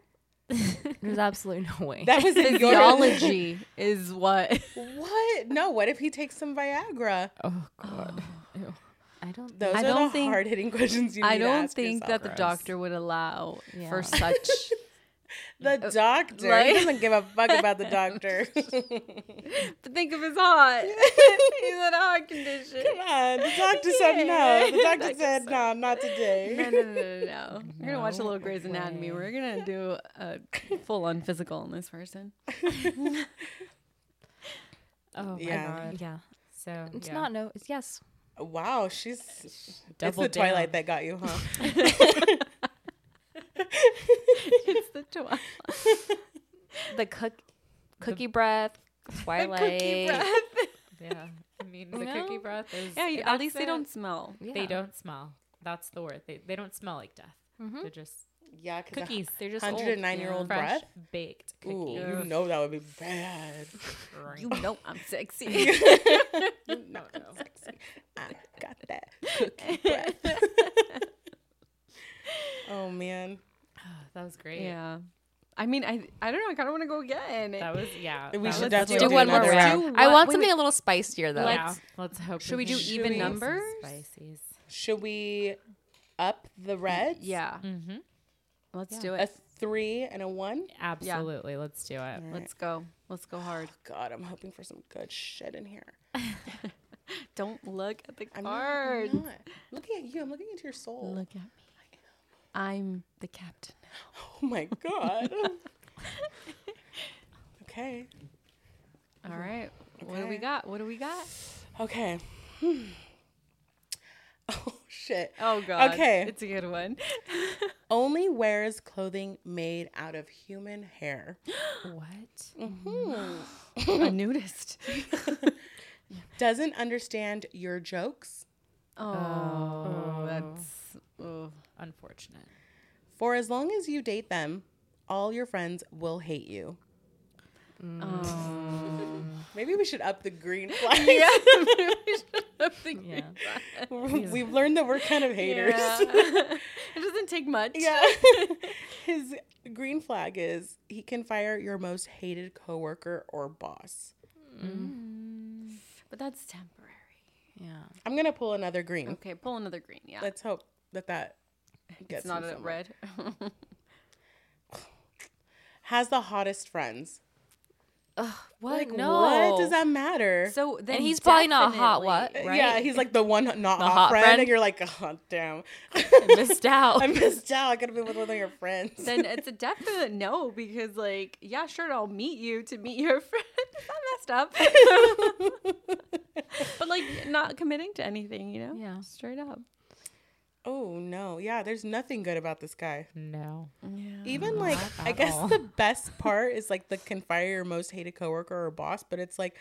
Speaker 5: There's absolutely no way.
Speaker 2: That was in your
Speaker 4: Physiology is what.
Speaker 2: what? No. What if he takes some Viagra?
Speaker 3: Oh god. Ew.
Speaker 5: I don't.
Speaker 2: Those
Speaker 4: I
Speaker 2: are
Speaker 4: don't
Speaker 2: the
Speaker 4: think-
Speaker 2: hard-hitting questions you need
Speaker 4: I
Speaker 2: to
Speaker 4: don't
Speaker 2: ask
Speaker 4: think
Speaker 2: yourself.
Speaker 4: that the doctor would allow
Speaker 5: Yeah.
Speaker 4: for such. uh,
Speaker 2: The doctor. He
Speaker 4: right?
Speaker 2: doesn't give a fuck about the doctor.
Speaker 4: but think of his heart. He's in a heart condition.
Speaker 2: Come on. The doctor said
Speaker 4: Yeah.
Speaker 2: no. The doctor
Speaker 4: Doctor
Speaker 2: said no, not
Speaker 4: No,
Speaker 2: today.
Speaker 4: no, no, no, no. We're gonna watch a
Speaker 3: No
Speaker 4: little Grey's Anatomy.
Speaker 3: way.
Speaker 4: We're gonna do a full-on physical on this person.
Speaker 3: Oh
Speaker 2: Yeah.
Speaker 3: my god.
Speaker 5: Yeah,
Speaker 3: So
Speaker 5: it's
Speaker 3: yeah.
Speaker 5: not no. It's yes.
Speaker 2: Wow, she's
Speaker 3: Double
Speaker 2: it's the Twilight that got you, huh?
Speaker 4: it's the twilight.
Speaker 5: The cook, cookie breath, twilight.
Speaker 3: Yeah. I mean the
Speaker 5: No.
Speaker 3: cookie breath is
Speaker 4: Yeah, you-
Speaker 3: that's
Speaker 4: at least they
Speaker 3: it.
Speaker 4: don't smell.
Speaker 5: Yeah.
Speaker 3: they don't smell. That's the word. They they don't smell like death.
Speaker 5: Mm. Mm-hmm.
Speaker 3: They're just
Speaker 2: Yeah, 'cause a
Speaker 3: cookies. They're just old.
Speaker 2: 109 year old
Speaker 3: Fresh
Speaker 2: breath.
Speaker 3: baked
Speaker 2: Ooh,
Speaker 3: cookies.
Speaker 2: you know that would be bad.
Speaker 4: You know I'm sexy.
Speaker 3: No, no.
Speaker 2: I got that cookie breath. oh man,
Speaker 3: That was great.
Speaker 4: yeah. I mean, I I don't know. I kind of want to go again.
Speaker 3: That was yeah.
Speaker 2: We
Speaker 3: that
Speaker 2: should
Speaker 3: was-
Speaker 2: definitely-
Speaker 5: Do,
Speaker 2: do
Speaker 5: one more
Speaker 2: another
Speaker 5: round.
Speaker 4: round.
Speaker 5: I
Speaker 4: Wait,
Speaker 5: want
Speaker 4: wait.
Speaker 5: something a little spicier though.
Speaker 3: yeah. Let's hope.
Speaker 4: Should we do
Speaker 3: can
Speaker 4: even
Speaker 3: get some
Speaker 4: numbers?
Speaker 3: Spices.
Speaker 2: should we up the reds?
Speaker 4: yeah.
Speaker 3: Mm-hmm.
Speaker 4: Let's do
Speaker 2: a
Speaker 4: it.
Speaker 2: three and a one.
Speaker 3: Absolutely. Let's do it.
Speaker 4: Let's go. Let's go hard.
Speaker 2: God, I'm hoping for some good shit in here.
Speaker 4: Don't look at the
Speaker 2: I'm not, I'm
Speaker 4: cards.
Speaker 2: not. Looking at you, I'm looking into your soul.
Speaker 4: Look at me. I'm the captain.
Speaker 2: Oh my god. okay.
Speaker 4: All right. What do we
Speaker 2: Okay.
Speaker 4: got? What do we got?
Speaker 2: Okay. Oh shit.
Speaker 4: Oh god.
Speaker 2: Okay.
Speaker 4: It's a good one.
Speaker 2: Only wears clothing made out of human hair.
Speaker 3: What?
Speaker 4: a nudist.
Speaker 2: Doesn't understand your jokes.
Speaker 4: Oh, that's oh.
Speaker 3: Unfortunate.
Speaker 2: For as long as you date them, all your friends will hate you.
Speaker 4: Mm. Oh.
Speaker 2: Maybe we should up the green flag.
Speaker 5: Yeah.
Speaker 2: We've learned that we're kind of haters.
Speaker 4: it doesn't take much.
Speaker 2: Yeah. His green flag is he can fire your most hated coworker or boss.
Speaker 4: But that's temporary.
Speaker 5: Yeah.
Speaker 2: I'm gonna pull another green.
Speaker 4: Okay, pull another green. Yeah.
Speaker 2: Let's hope that that gets
Speaker 4: it's not
Speaker 2: him
Speaker 4: a
Speaker 2: somewhere.
Speaker 4: red.
Speaker 2: Has the hottest friends.
Speaker 5: What?
Speaker 2: Like, what does that matter?
Speaker 4: so then
Speaker 5: And he's probably not a hot what,
Speaker 4: definitely-
Speaker 5: right?
Speaker 2: Yeah, he's like the one not hot,
Speaker 5: hot
Speaker 2: friend,
Speaker 5: friend.
Speaker 2: and you're like, oh damn,
Speaker 5: missed out.
Speaker 2: I missed out. I could have been with one of your friends.
Speaker 4: Then it's a definite no because like yeah sure I'll meet you to meet your friend. that messed up. but like not committing to anything, you know?
Speaker 5: Yeah.
Speaker 4: Straight up.
Speaker 2: oh no, yeah, there's nothing good about this guy.
Speaker 3: No.
Speaker 4: Yeah.
Speaker 2: Even like, I
Speaker 3: at
Speaker 2: guess
Speaker 3: all.
Speaker 2: the best part is like the can fire your most hated coworker or boss, but it's like,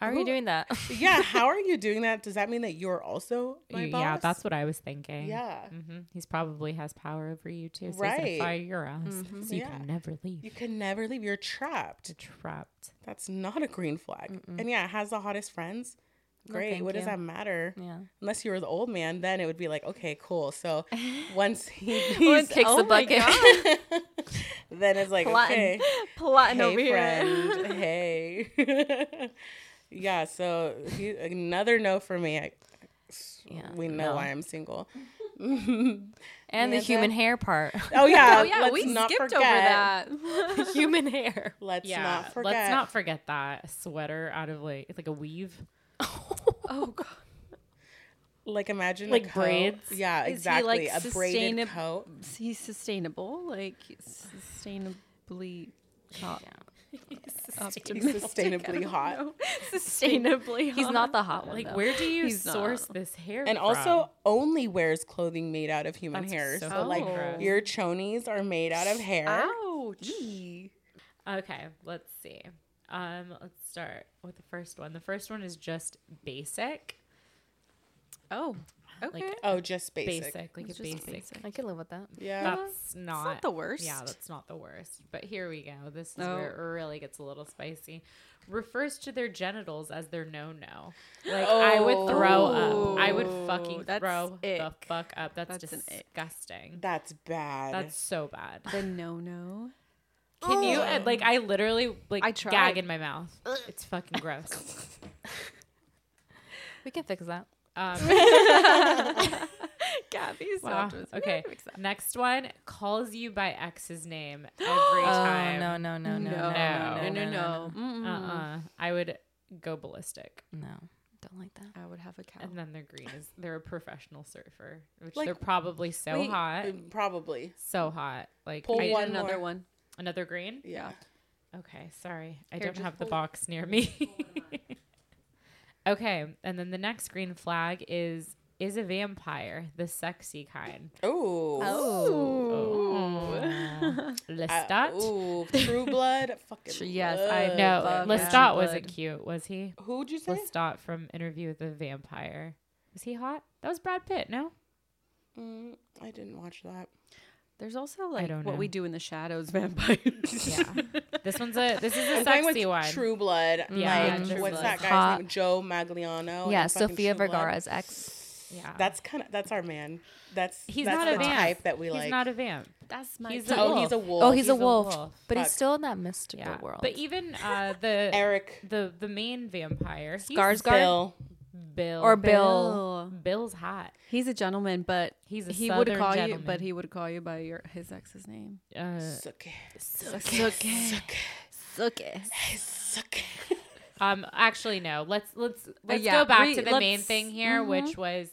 Speaker 5: How are you doing that?
Speaker 2: yeah, how are you doing that? Does that mean that you're also my
Speaker 3: Y-
Speaker 2: boss?
Speaker 3: Yeah, that's what I was thinking.
Speaker 2: Yeah.
Speaker 3: hmm He's probably has power over you too. So right. He's
Speaker 2: Right.
Speaker 3: gonna fire your ass. So you
Speaker 2: Yeah.
Speaker 3: can never leave.
Speaker 2: You can never leave. You're trapped.
Speaker 3: You're trapped.
Speaker 2: That's not a green flag. And yeah, has the hottest friends. Great.
Speaker 5: thank
Speaker 2: what does
Speaker 5: you.
Speaker 2: that matter?
Speaker 5: yeah.
Speaker 2: Unless you were the old man, then it would be like, okay, cool. So once he
Speaker 4: Once-
Speaker 5: Kicks
Speaker 4: oh
Speaker 5: the
Speaker 4: my
Speaker 5: bucket.
Speaker 2: then it's like,
Speaker 4: Plotting,
Speaker 2: okay,
Speaker 4: plotting
Speaker 2: hey
Speaker 4: over here.
Speaker 2: friend, hey. yeah. So he, another no for me. I,
Speaker 5: Yeah,
Speaker 2: we know
Speaker 5: no.
Speaker 2: why I'm single.
Speaker 5: And the
Speaker 2: Amanda?
Speaker 5: human hair part.
Speaker 2: Oh yeah.
Speaker 4: Oh yeah,
Speaker 2: let's
Speaker 4: we
Speaker 2: not
Speaker 4: skipped
Speaker 2: forget.
Speaker 4: over that.
Speaker 5: human hair.
Speaker 2: Let's
Speaker 3: yeah.
Speaker 2: not forget.
Speaker 3: Let's not forget that. A sweater out of like it's like a weave.
Speaker 4: oh god.
Speaker 2: like imagine a
Speaker 3: Like
Speaker 2: coat.
Speaker 3: braids?
Speaker 2: Yeah,
Speaker 4: he,
Speaker 2: exactly.
Speaker 4: like,
Speaker 2: a braided
Speaker 4: sustainab-
Speaker 2: coat.
Speaker 4: He's sustainable, like he's sustainably hot. Optimistic.
Speaker 2: Sustainably hot.
Speaker 4: Sustainably hot.
Speaker 5: He's not the hot one.
Speaker 3: Like
Speaker 5: though.
Speaker 3: where do you
Speaker 4: Oh, He's not.
Speaker 3: source this hair?
Speaker 2: And also only wears clothing made out of human
Speaker 3: That's
Speaker 2: hair. So,
Speaker 3: so
Speaker 2: like
Speaker 4: gross.
Speaker 2: your chonies are made out of hair.
Speaker 4: Ouch.
Speaker 3: from? Okay, let's see. Um, let's start with the first one. The first one is just basic.
Speaker 4: Oh. Okay.
Speaker 3: Like
Speaker 2: Oh, just basic.
Speaker 3: basic, like
Speaker 4: It's
Speaker 3: a
Speaker 4: just
Speaker 3: basic.
Speaker 4: basic.
Speaker 5: I could live with that.
Speaker 2: Yeah.
Speaker 3: That's not,
Speaker 4: not the worst.
Speaker 3: Yeah, that's not the worst. But here we go. This is
Speaker 4: Oh.
Speaker 3: where it really gets a little spicy. Refers to their genitals as their no no. Like I
Speaker 2: Oh.
Speaker 3: would throw up. I would
Speaker 4: Oh,
Speaker 3: fucking
Speaker 4: that's
Speaker 3: throw the
Speaker 4: ick.
Speaker 3: fuck up. That's,
Speaker 4: That's an ick.
Speaker 3: disgusting.
Speaker 2: That's bad.
Speaker 3: That's so bad.
Speaker 4: the no no.
Speaker 3: Can you and, like? I literally like
Speaker 4: I tried.
Speaker 3: gag in my mouth. It's fucking gross.
Speaker 5: We can fix that.
Speaker 3: Um,
Speaker 4: Gabby's
Speaker 3: wow. Okay. Next one calls you by X's name every time.
Speaker 5: Oh, no, no, no, no, no,
Speaker 4: no,
Speaker 5: no,
Speaker 4: no, no,
Speaker 5: no,
Speaker 4: no. Mm-mm.
Speaker 3: Uh-uh. I would go ballistic.
Speaker 5: no. Don't like that.
Speaker 4: I would have a cow.
Speaker 3: And then their green is they're a professional surfer, which
Speaker 2: Like,
Speaker 3: they're probably so
Speaker 2: Wait,
Speaker 3: hot,
Speaker 2: mm, Probably.
Speaker 3: so hot. Like
Speaker 2: Pull
Speaker 3: I-
Speaker 4: Need
Speaker 2: one
Speaker 4: another
Speaker 2: more.
Speaker 4: one.
Speaker 3: another green.
Speaker 2: Yeah.
Speaker 3: Okay, sorry, I
Speaker 4: Here,
Speaker 3: don't
Speaker 4: just
Speaker 3: have the
Speaker 4: pull-
Speaker 3: box near me. okay, and then the next green flag is is a vampire, the sexy kind.
Speaker 2: Oh.
Speaker 3: Oh. Lestat.
Speaker 2: Ooh, True Blood. I fucking
Speaker 4: Tr- yes, I
Speaker 2: love
Speaker 3: no,
Speaker 2: that.
Speaker 4: Love Lestat.
Speaker 3: Lestat wasn't
Speaker 4: Blood.
Speaker 3: cute, was he?
Speaker 2: Who'd you say?
Speaker 3: Lestat from Interview with a Vampire. Was he hot? That was Brad Pitt. No.
Speaker 2: Mm, I didn't watch that.
Speaker 4: There's also like
Speaker 3: don't
Speaker 4: what
Speaker 3: know.
Speaker 4: we do in the shadows, vampires.
Speaker 3: Yeah. this one's a this is a
Speaker 2: I'm going
Speaker 3: sexy
Speaker 2: with
Speaker 3: one.
Speaker 2: True Blood.
Speaker 3: Yeah,
Speaker 2: like,
Speaker 3: True
Speaker 2: what's
Speaker 3: Blood.
Speaker 2: that guy's
Speaker 5: Hot.
Speaker 2: name? Joe Magliano. in
Speaker 5: Yeah,
Speaker 2: fucking
Speaker 5: Sofia
Speaker 2: True Blood.
Speaker 5: Vergara's ex.
Speaker 3: Yeah.
Speaker 2: That's kind of that's our man. That's
Speaker 3: he's
Speaker 2: that's
Speaker 3: not
Speaker 2: the
Speaker 3: a vamp.
Speaker 2: type that we
Speaker 3: he's
Speaker 2: like.
Speaker 3: not a vamp.
Speaker 4: That's my
Speaker 3: He's
Speaker 4: type.
Speaker 2: oh,
Speaker 3: wolf.
Speaker 2: he's a wolf.
Speaker 5: Oh, he's, a,
Speaker 3: He's a
Speaker 5: wolf,
Speaker 3: wolf.
Speaker 5: but he's
Speaker 2: Fuck.
Speaker 5: still in that mystical
Speaker 3: Yeah.
Speaker 5: world.
Speaker 3: But even uh the
Speaker 2: Eric
Speaker 3: the the main vampire he's
Speaker 5: Skarsgård?
Speaker 2: Bill.
Speaker 3: Bill
Speaker 5: or Bill.
Speaker 4: Bill.
Speaker 3: Bill's hot.
Speaker 4: He's a gentleman, but
Speaker 3: He's a
Speaker 4: he would
Speaker 3: southern
Speaker 4: call you,
Speaker 3: gentleman.
Speaker 4: but he would call you by your his ex's name.
Speaker 3: Uh,
Speaker 2: Suck it.
Speaker 4: Suke. Suke.
Speaker 2: Suck it.
Speaker 3: um actually no. Let's let's let's
Speaker 4: yeah,
Speaker 3: go back
Speaker 4: re-
Speaker 3: to the main
Speaker 4: let's-
Speaker 3: thing here
Speaker 5: Mm-hmm.
Speaker 3: which was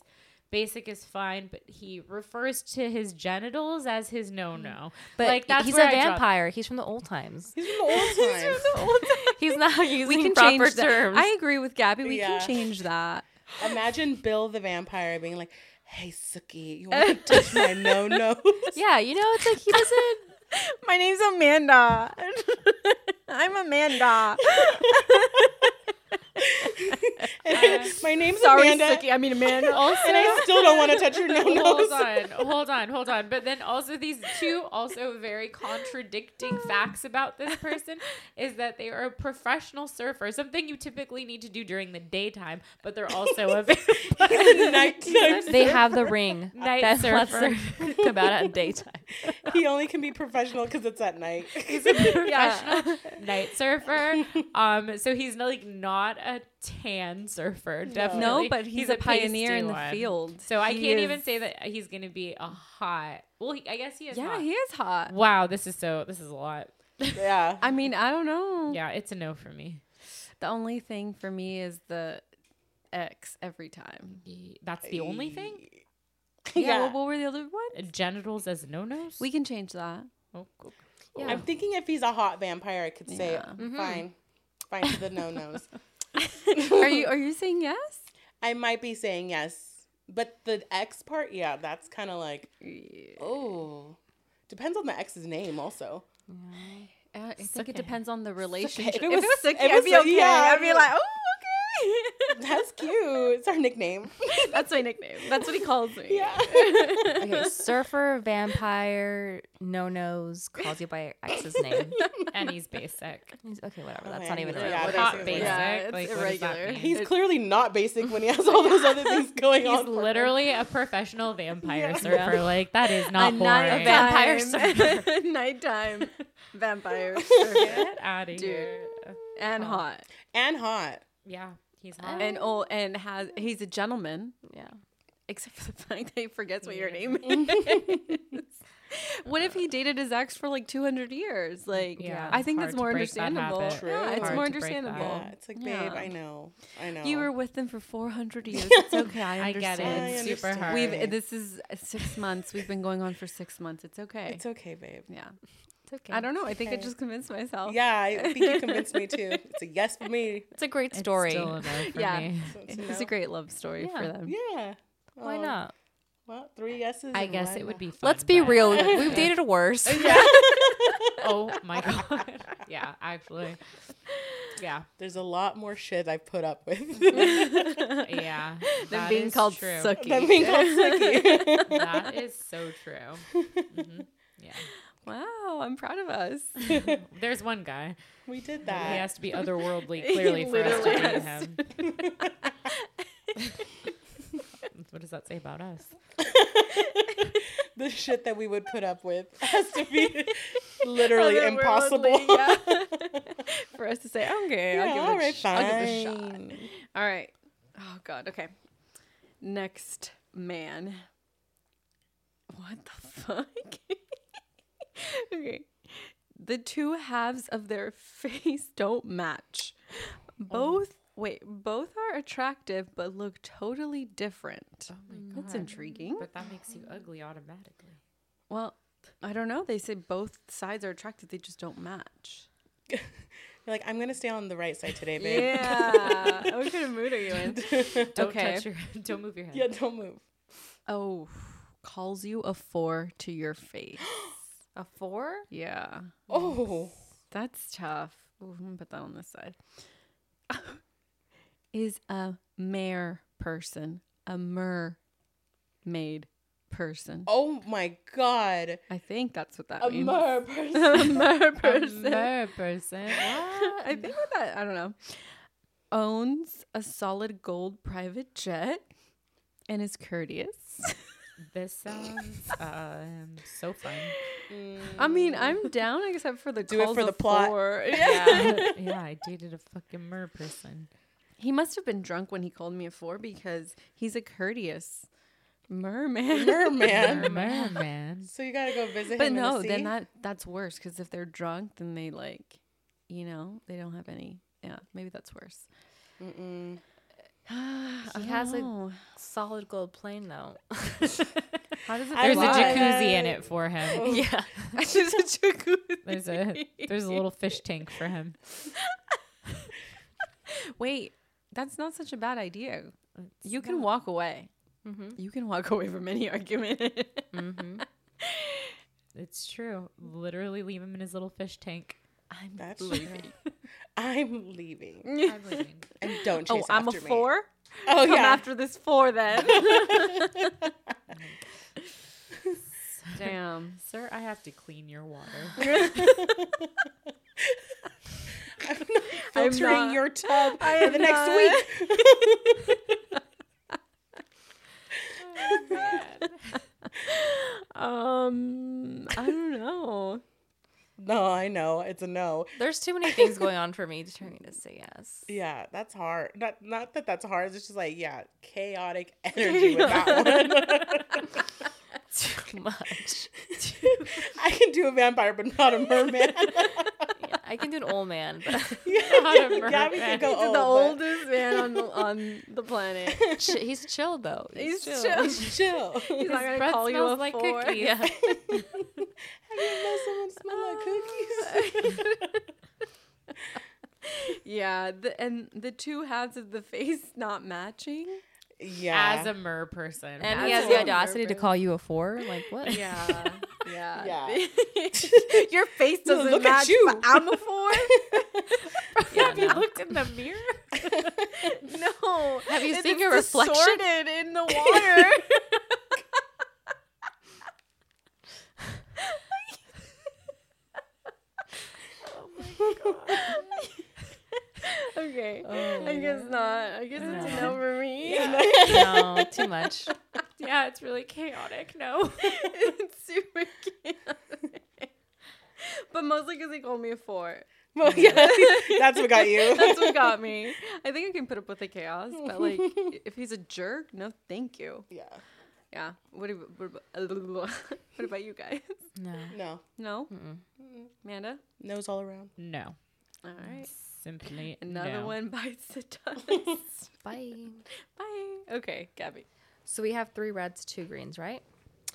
Speaker 3: basic is fine but he refers to his genitals as his no-no.
Speaker 5: Mm. But
Speaker 3: like that's
Speaker 5: he's
Speaker 3: where
Speaker 5: a
Speaker 3: I dropped-
Speaker 5: vampire. He's from the old times.
Speaker 2: He's from the old time.
Speaker 5: he's not using
Speaker 4: We can
Speaker 5: proper
Speaker 4: change
Speaker 5: terms.
Speaker 4: that. I agree with Gabby. We
Speaker 2: Yeah.
Speaker 4: can change that.
Speaker 2: Imagine Bill the vampire being like, "Hey, Suki, you want to touch my no no?"
Speaker 5: yeah, you know, it's like he doesn't.
Speaker 4: My name's Amanda. I'm Amanda.
Speaker 2: my name's
Speaker 4: Sorry,
Speaker 2: Amanda,
Speaker 4: Suki. I mean Amanda.
Speaker 2: and I still don't want to touch your no
Speaker 3: hold
Speaker 2: no.
Speaker 3: on, hold on, hold on. But then also these two also very contradicting facts about this person is that they are a professional surfer, something you typically need to do during the daytime, but they're also a vampire.
Speaker 2: Nighttime.
Speaker 5: They have the ring.
Speaker 3: Night
Speaker 5: That's what's
Speaker 3: surfer.
Speaker 5: about at daytime.
Speaker 2: He only can be professional because it's at night.
Speaker 3: professional night surfer. Um, so he's not, like not a tan surfer, definitely.
Speaker 4: No, but he's, a, pioneer
Speaker 3: pasty
Speaker 4: in the
Speaker 3: one.
Speaker 4: field.
Speaker 3: So I
Speaker 4: He
Speaker 3: can't
Speaker 4: is-
Speaker 3: even say that he's gonna be a hot. Well, he, I guess he is.
Speaker 4: Yeah,
Speaker 3: hot.
Speaker 4: he is hot.
Speaker 3: Wow, this is so. This is a lot.
Speaker 2: yeah.
Speaker 4: I mean, I don't know.
Speaker 3: Yeah, it's a no for me.
Speaker 4: The only thing for me is the X every time.
Speaker 3: That's the only thing.
Speaker 4: Yeah. well, what were the other ones?
Speaker 3: genitals as no nos?
Speaker 4: We can change that.
Speaker 3: oh, cool.
Speaker 2: I'm thinking if he's a hot vampire, I could say
Speaker 4: Yeah.
Speaker 2: fine, fine to the no nos.
Speaker 4: Are you are you saying yes?
Speaker 2: I might be saying yes, but the X part, yeah, that's kind of like oh, depends on the X's name also.
Speaker 4: Uh, I think it depends on the relationship.
Speaker 2: If
Speaker 4: If
Speaker 2: it
Speaker 4: it
Speaker 2: was-
Speaker 4: was Suki,
Speaker 2: if it was
Speaker 4: I'd be
Speaker 2: Suki,
Speaker 4: okay.
Speaker 2: yeah,
Speaker 4: I'd be
Speaker 2: I'd be
Speaker 4: like, oh,
Speaker 2: That's cute. It's our nickname.
Speaker 4: okay. "Mm, That's my nickname. That's what he calls me.
Speaker 2: Yeah.
Speaker 5: Okay, surfer, vampire, no nos, calls you by ex's name.
Speaker 3: And he's basic.
Speaker 5: He's- Okay, whatever. That's
Speaker 2: yeah,
Speaker 5: not even
Speaker 2: yeah,
Speaker 5: a real
Speaker 2: yeah,
Speaker 5: word.
Speaker 2: that's
Speaker 3: Hot
Speaker 2: it.
Speaker 3: basic.
Speaker 4: Yeah, it's
Speaker 3: like, what does that
Speaker 4: irregular.
Speaker 3: mean?
Speaker 2: He's clearly not basic when he has all those other things going on.
Speaker 3: He's
Speaker 2: for him.
Speaker 3: literally a professional vampire
Speaker 2: Yeah.
Speaker 3: surfer. Like that is not boring.
Speaker 4: night-
Speaker 5: Vampire
Speaker 4: surfer. Nighttime vampire surfer.
Speaker 3: Get out of here.
Speaker 4: and hot.
Speaker 2: and hot.
Speaker 3: Yeah, he's hot.
Speaker 4: And oh, and has he's a gentleman,
Speaker 5: Yeah.
Speaker 4: except for the fact that he forgets what your name is. what if he dated his ex for like 200 years? Like,
Speaker 3: Yeah,
Speaker 4: I
Speaker 3: it's
Speaker 4: think
Speaker 3: hard
Speaker 4: that's
Speaker 3: to
Speaker 4: more
Speaker 3: break that
Speaker 4: understandable.
Speaker 3: habit.
Speaker 4: Yeah,
Speaker 2: True.
Speaker 4: it's
Speaker 2: Hard
Speaker 4: more
Speaker 3: to break that.
Speaker 4: understandable.
Speaker 2: Yeah, it's like, babe,
Speaker 4: Yeah.
Speaker 2: I know, I know.
Speaker 4: You were with him for 400 years. It's okay. I,
Speaker 3: I get it.
Speaker 4: understand.
Speaker 2: I
Speaker 3: It's super
Speaker 2: understand.
Speaker 3: hard.
Speaker 2: We've-
Speaker 4: We've this is six months. We've been going on for six months. It's okay.
Speaker 2: It's okay, babe.
Speaker 4: yeah.
Speaker 5: It's okay.
Speaker 4: I don't know. I think I just convinced myself.
Speaker 2: Yeah, I think you convinced me too. It's a yes for me.
Speaker 5: It's a great
Speaker 3: It's
Speaker 5: story.
Speaker 3: still a no for
Speaker 4: Yeah.
Speaker 3: me.
Speaker 2: So it's
Speaker 4: It
Speaker 2: a
Speaker 4: was
Speaker 2: no.
Speaker 4: a great love story for
Speaker 5: Yeah.
Speaker 4: them.
Speaker 2: Yeah.
Speaker 5: Why
Speaker 2: Oh,
Speaker 5: not?
Speaker 2: Well, three yeses.
Speaker 3: I
Speaker 2: and
Speaker 3: guess
Speaker 2: one
Speaker 3: it would
Speaker 2: no.
Speaker 3: be. Fun,
Speaker 5: Let's be
Speaker 3: but-
Speaker 5: real. We've dated worse.
Speaker 3: Oh my god. Yeah, actually. Yeah,
Speaker 2: There's a lot more shit I put up with
Speaker 3: yeah.
Speaker 4: Them
Speaker 3: that
Speaker 4: being
Speaker 3: is
Speaker 4: called
Speaker 3: true.
Speaker 4: sucky.
Speaker 2: than being called Suki.
Speaker 3: That is so true. Mhm. Yeah,
Speaker 4: Wow, I'm proud of us.
Speaker 3: there's one guy.
Speaker 2: we did
Speaker 3: He
Speaker 2: that.
Speaker 3: has to be otherworldly, clearly, for us to
Speaker 4: literally
Speaker 3: date
Speaker 4: has
Speaker 3: him. what does that say about us?
Speaker 2: The shit that we would put up with has to be literally impossible.
Speaker 4: yeah. For us to say, okay,
Speaker 2: Yeah,
Speaker 4: I'll give it
Speaker 2: all
Speaker 4: a
Speaker 2: right,
Speaker 4: sh- I'll give it a shot.
Speaker 2: fine.
Speaker 4: All right. Oh God. Okay. Next man. What the fuck? okay. The two halves of their face don't match. Both wait, both are attractive but look totally different. That's intriguing.
Speaker 3: But that makes you ugly automatically.
Speaker 4: Well, I don't know. They say both sides are attractive, they just don't match.
Speaker 2: You're like, I'm gonna stay on the right side today, babe.
Speaker 4: Yeah. what kind of mood are you in?
Speaker 3: Don't
Speaker 4: Okay.
Speaker 3: touch your don't move your head.
Speaker 2: Yeah, don't move.
Speaker 4: Oh, calls you a four to your face.
Speaker 5: A four?
Speaker 4: Yeah.
Speaker 2: Oh,
Speaker 4: That's tough. Ooh, I'm gonna put that on this side. Is a mare person a mermaid person?
Speaker 2: oh my God,
Speaker 4: I think that's what that
Speaker 2: a
Speaker 4: means.
Speaker 2: mer person.
Speaker 4: a mer
Speaker 3: A
Speaker 4: person.
Speaker 3: mer person. What?
Speaker 4: I think what that. I don't know. Owns a solid gold private jet and is courteous.
Speaker 3: This sounds um, so fun.
Speaker 4: I mean, I'm down except for the
Speaker 2: Do it
Speaker 4: calls
Speaker 2: for
Speaker 4: a
Speaker 2: the plot.
Speaker 4: four.
Speaker 3: Yeah, yeah. I dated a fucking mer person.
Speaker 4: He must have been drunk when he called me a four because he's a courteous merman.
Speaker 2: Merman.
Speaker 3: A merman.
Speaker 2: So you gotta go visit
Speaker 4: but
Speaker 2: him. in the
Speaker 4: no, then
Speaker 2: sea?
Speaker 4: that that's worse because if they're drunk, then they like, you know, they don't have any. Yeah, maybe that's worse.
Speaker 5: He has a solid gold plane though.
Speaker 4: How does it?
Speaker 2: I
Speaker 3: There's a
Speaker 2: love
Speaker 4: fly?
Speaker 3: jacuzzi in it for
Speaker 4: Oh.
Speaker 3: him.
Speaker 5: yeah.
Speaker 4: There's a jacuzzi.
Speaker 3: There's a there's a little fish tank for him.
Speaker 4: Wait, that's not such a bad idea. you can walk away. You can walk away from any argument.
Speaker 3: It's true. Literally leave him in his little fish tank.
Speaker 4: I'm
Speaker 2: That's
Speaker 4: leaving.
Speaker 2: I'm leaving.
Speaker 3: I'm leaving.
Speaker 2: And don't
Speaker 4: Oh,
Speaker 2: chase
Speaker 4: I'm a
Speaker 2: after me.
Speaker 4: four.
Speaker 2: Oh
Speaker 4: Come
Speaker 2: yeah.
Speaker 4: after this four then. Damn.
Speaker 3: Sir, I have to clean your water.
Speaker 4: I'm
Speaker 2: filtering
Speaker 4: not-
Speaker 2: your tub for
Speaker 4: am
Speaker 2: the next
Speaker 4: not.
Speaker 2: week.
Speaker 4: Um, I don't know.
Speaker 2: No, I know it's a no.
Speaker 5: There's too many things going on for me to turn me to say yes.
Speaker 2: Yeah, that's hard. Not not that that's hard. It's just like yeah, chaotic energy with that one.
Speaker 5: Too much.
Speaker 2: I can do a vampire, but not a merman.
Speaker 5: Yeah, I can do an old man, but
Speaker 2: yeah, we can go old,
Speaker 4: the
Speaker 2: but-
Speaker 4: oldest man on the, on the planet.
Speaker 5: ch- he's chill though.
Speaker 4: He's chill.
Speaker 2: Chill. Have
Speaker 4: He's not gonna
Speaker 3: breath
Speaker 4: call you a
Speaker 3: smells like
Speaker 4: four.
Speaker 3: cookies.
Speaker 5: Yeah.
Speaker 2: you met someone smell like cookies?
Speaker 4: Yeah, the, and the two halves of the face not matching.
Speaker 2: yeah.
Speaker 3: As a mer person.
Speaker 5: And
Speaker 4: That's
Speaker 5: he has
Speaker 4: what
Speaker 5: the
Speaker 4: I'm
Speaker 5: audacity to
Speaker 4: nervous.
Speaker 5: call you a four? Like what?
Speaker 4: Yeah, yeah,
Speaker 2: Yeah.
Speaker 4: Your face
Speaker 2: No,
Speaker 4: doesn't
Speaker 2: look at
Speaker 4: match.
Speaker 2: you.
Speaker 4: but I'm a four.
Speaker 3: have you looked in the mirror?
Speaker 4: No.
Speaker 5: Have you
Speaker 4: It
Speaker 5: seen
Speaker 4: is
Speaker 5: your reflection?
Speaker 4: distorted in the water? Oh okay. I guess not. I guess it's a no for me.
Speaker 5: no, too much.
Speaker 3: yeah, it's really chaotic. No.
Speaker 4: it's super chaotic. But mostly because they called me a four.
Speaker 2: well, yeah, that's what got you.
Speaker 4: That's what got me. I think I can put up with the chaos, but like, if he's a jerk, no, thank you.
Speaker 2: yeah.
Speaker 4: Yeah. What about, what about, what about you guys?
Speaker 5: No.
Speaker 2: No.
Speaker 4: No? Amanda?
Speaker 2: Nose all around.
Speaker 3: No.
Speaker 4: All right.
Speaker 3: Simply
Speaker 4: Another
Speaker 3: no.
Speaker 4: one bites the dust.
Speaker 5: Bye.
Speaker 4: Bye. Okay, Gabby.
Speaker 5: So we have three reds, two greens, right?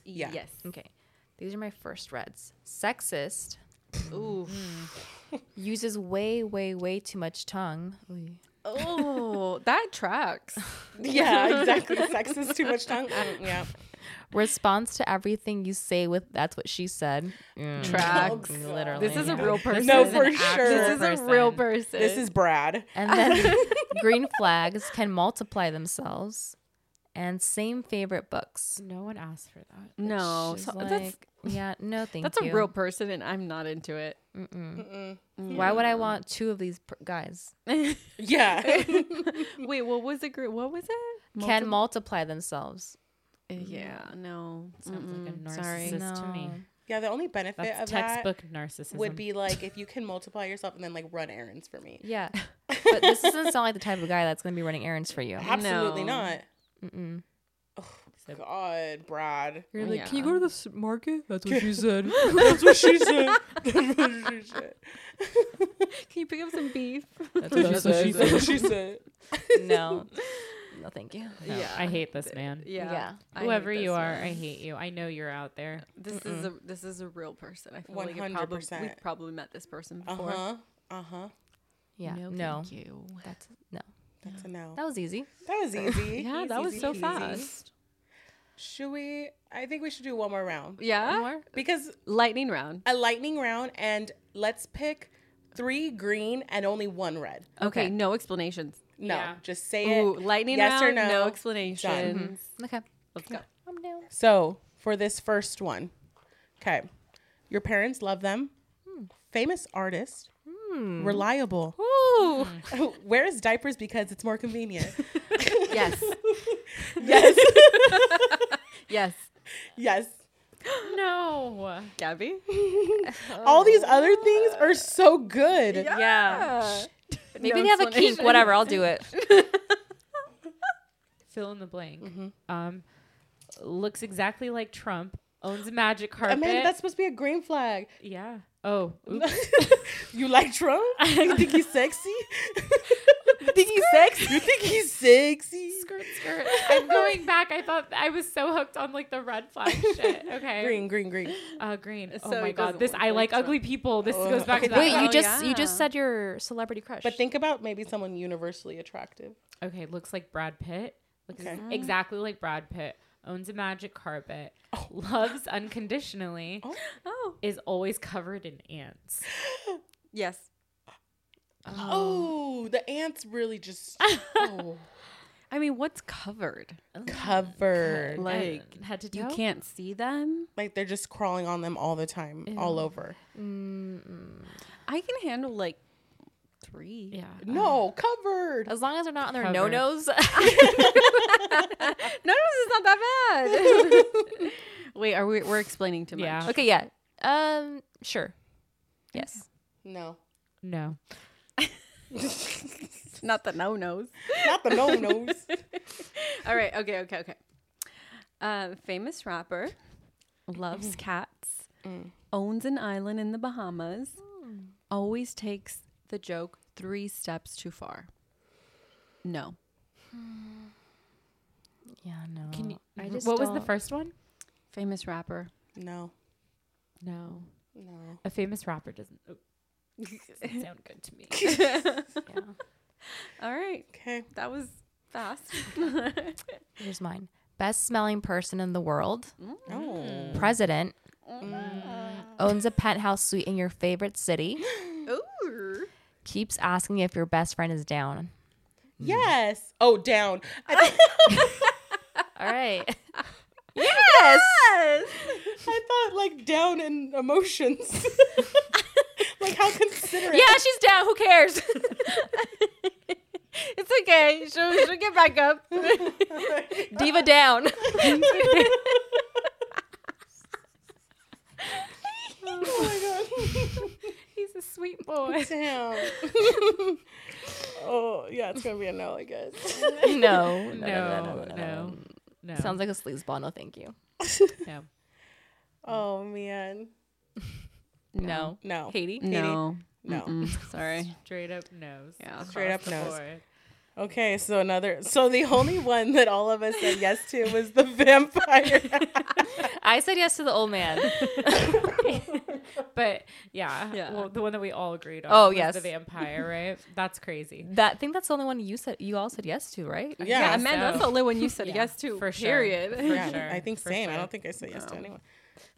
Speaker 2: Yeah. Mm-hmm.
Speaker 4: Yes.
Speaker 5: Okay. These are my first reds. Sexist.
Speaker 4: Ooh.
Speaker 5: Uses way, way, way too much tongue.
Speaker 4: Oh, that tracks.
Speaker 2: Yeah, exactly. Sex is too much tongue. Mm, yeah.
Speaker 5: Responds to everything you say with that's what she said. Mm.
Speaker 4: Tracks.
Speaker 5: Literally.
Speaker 4: This is a
Speaker 5: yeah.
Speaker 4: real person.
Speaker 2: No,
Speaker 3: is
Speaker 2: for
Speaker 3: an
Speaker 2: sure.
Speaker 4: This is a real person.
Speaker 2: This is Brad.
Speaker 5: And then green flags can multiply themselves. And same favorite books.
Speaker 3: No one asked for that.
Speaker 4: no.
Speaker 5: She's
Speaker 4: So that's
Speaker 5: like, yeah, no, thank
Speaker 4: that's a
Speaker 5: you.
Speaker 4: real person, and I'm not into it.
Speaker 5: Why would I want two of these pr- guys?
Speaker 2: Yeah.
Speaker 4: Wait, what was it? gr- What was it?
Speaker 5: can multiply themselves.
Speaker 4: Multi- yeah. No.
Speaker 3: Sounds like a
Speaker 4: sorry.
Speaker 3: narcissist to me.
Speaker 2: Yeah, the only benefit
Speaker 3: That's
Speaker 2: of that
Speaker 3: textbook narcissism.
Speaker 2: would be like if you can multiply yourself and then like run errands for me.
Speaker 5: Yeah. But this doesn't sound like the type of guy that's going to be running errands for you.
Speaker 2: Absolutely
Speaker 4: No.
Speaker 2: not.
Speaker 5: Mm-mm.
Speaker 2: God, Brad.
Speaker 5: You're
Speaker 4: like, "Can you go
Speaker 5: to the market? That's what she said.
Speaker 2: That's what she said. That's what she said.
Speaker 4: Can you pick up some beef?
Speaker 5: That's
Speaker 2: That's what she said. That's what she said.
Speaker 5: No. No, thank you.
Speaker 3: No,
Speaker 4: Yeah.
Speaker 3: I hate this man.
Speaker 4: Yeah.
Speaker 5: Yeah.
Speaker 4: I hate
Speaker 3: Whoever
Speaker 4: this
Speaker 3: you are,
Speaker 4: one.
Speaker 3: I hate you. I know you're out there.
Speaker 4: This is a this is a real person. I feel like it probably,
Speaker 2: 100%.
Speaker 4: we've probably met this person
Speaker 2: Uh
Speaker 4: before.
Speaker 2: huh. Uh huh.
Speaker 5: Yeah. No.
Speaker 4: thank you.
Speaker 5: That's no.
Speaker 2: That's a no.
Speaker 5: That was easy.
Speaker 2: That was easy.
Speaker 4: Yeah, that
Speaker 2: Easy
Speaker 4: was so
Speaker 2: peasy.
Speaker 4: fast.
Speaker 2: Should we? I think we should do one more round
Speaker 4: Yeah,
Speaker 2: because
Speaker 4: lightning round.
Speaker 2: a lightning round, and let's pick three green and only one red.
Speaker 4: Okay,
Speaker 5: Okay.
Speaker 4: no explanations.
Speaker 2: No,
Speaker 3: Yeah.
Speaker 2: just say
Speaker 4: Ooh,
Speaker 2: it.
Speaker 4: lightning
Speaker 2: Eh, yes
Speaker 4: round.
Speaker 2: or no.
Speaker 4: No
Speaker 2: Done.
Speaker 4: explanations.
Speaker 5: Okay.
Speaker 4: Let's go.
Speaker 5: I'm down.
Speaker 2: So for this first one, okay, your parents love them.
Speaker 4: Hmm.
Speaker 2: Famous artist, reliable.
Speaker 5: Ooh.
Speaker 2: Wears diapers because it's more convenient.
Speaker 4: Yes.
Speaker 2: yes,
Speaker 4: yes.
Speaker 2: yes.
Speaker 3: No.
Speaker 4: Gabby.
Speaker 2: All these other things are so good.
Speaker 4: Yeah.
Speaker 5: Maybe they have a kink. Whatever. I'll do it.
Speaker 3: Fill in the blank.
Speaker 2: Mm-hmm.
Speaker 3: Um, looks exactly like Trump. Owns a magic carpet.
Speaker 2: Amanda, that's supposed to be a green flag.
Speaker 3: yeah. Oh. oops.
Speaker 2: you like Trump? You think he's sexy? you think he's sexy? You think he's sexy?
Speaker 3: skirt, skirt. I'm going back. I thought I was so hooked on like the red flag shit. Okay.
Speaker 2: Green, green, green.
Speaker 3: Uh, green. Oh
Speaker 4: So
Speaker 3: my
Speaker 4: he
Speaker 3: god.
Speaker 4: doesn't
Speaker 3: This
Speaker 4: look
Speaker 3: I
Speaker 4: like
Speaker 3: like
Speaker 4: Trump.
Speaker 3: ugly people. This
Speaker 2: Oh.
Speaker 3: goes back
Speaker 2: Okay,
Speaker 3: to that.
Speaker 5: Wait, you
Speaker 4: Oh,
Speaker 5: just you
Speaker 4: yeah.
Speaker 5: just said your celebrity crush.
Speaker 2: But think about maybe someone universally attractive.
Speaker 3: Okay, looks like Brad Pitt. Looks
Speaker 2: Okay.
Speaker 3: exactly like Brad Pitt. Owns a magic carpet. Loves unconditionally.
Speaker 4: Oh.
Speaker 3: Is always covered in ants.
Speaker 4: Yes.
Speaker 2: Oh, the ants really just oh,
Speaker 4: I mean, what's covered?
Speaker 2: covered. Like,
Speaker 4: Like,
Speaker 3: head to
Speaker 4: You
Speaker 3: toe?
Speaker 4: can't see them.
Speaker 2: they're just crawling on them all the time, all over.
Speaker 4: I can handle like three.
Speaker 3: Yeah.
Speaker 2: No, covered.
Speaker 5: as long as they're not on their
Speaker 3: Covered.
Speaker 5: no nos. Oh
Speaker 4: No, no, it's not that bad. Wait, are we? We're explaining too much.
Speaker 3: Yeah.
Speaker 5: okay. Yeah. Um. Sure. Yes.
Speaker 2: No.
Speaker 3: No.
Speaker 4: Not the no nos.
Speaker 2: Not the no nos.
Speaker 4: All right. Okay. Okay. Okay. Um, famous rapper loves cats, owns an island in the Bahamas, Mm. always takes the joke three steps too far. No.
Speaker 5: Yeah. No. Mm-hmm.
Speaker 3: Can you,
Speaker 5: I just
Speaker 3: what was the
Speaker 5: don't-
Speaker 3: first one?
Speaker 4: Famous rapper.
Speaker 2: No.
Speaker 3: No.
Speaker 2: No.
Speaker 3: A famous rapper doesn't, oh, doesn't sound good to me.
Speaker 5: Yeah.
Speaker 4: All right.
Speaker 2: Okay.
Speaker 4: That was fast.
Speaker 5: Here's mine. Best smelling person in the world.
Speaker 2: Oh.
Speaker 5: President. Mm. Owns a penthouse suite in your favorite city.
Speaker 4: Ooh.
Speaker 5: Keeps asking if your best friend is down.
Speaker 2: Yes. Oh, down. I think
Speaker 5: All right.
Speaker 4: Yes.
Speaker 2: I thought like down in emotions. like how considerate.
Speaker 5: yeah, she's down. Who cares?
Speaker 4: It's okay. She'll, she'll get back up.
Speaker 5: Diva down.
Speaker 2: Oh my god.
Speaker 3: He's a sweet boy.
Speaker 2: Damn. oh yeah, it's gonna be a no, I guess.
Speaker 5: no, no,
Speaker 3: No, no, no. no.
Speaker 5: Sounds like a sleazeball. No, thank you.
Speaker 3: no.
Speaker 2: Oh man.
Speaker 5: No.
Speaker 2: No.
Speaker 5: Katie?
Speaker 4: No. Mm.
Speaker 2: No.
Speaker 4: Mm-mm. Sorry.
Speaker 3: Straight up nose.
Speaker 4: Yeah.
Speaker 2: Straight up
Speaker 3: Across the
Speaker 2: nose.
Speaker 3: board.
Speaker 2: Okay, so another. So the only one that all of us said yes to was the vampire.
Speaker 5: I said yes to the old man.
Speaker 3: But yeah,
Speaker 4: Yeah.
Speaker 3: well, the one that we all agreed on.
Speaker 5: Oh,
Speaker 3: was
Speaker 5: yes.
Speaker 3: the vampire, right? That's crazy.
Speaker 5: that I think that's the only one you said you all said yes to, right?
Speaker 2: yeah.
Speaker 4: Yeah,
Speaker 2: so-
Speaker 4: Amanda, that's the only one you said yes to.
Speaker 3: for sure.
Speaker 4: period.
Speaker 3: For
Speaker 2: yeah,
Speaker 3: sure,
Speaker 2: I think
Speaker 3: for
Speaker 2: same. I
Speaker 3: sure.
Speaker 2: don't think I said yes to anyone.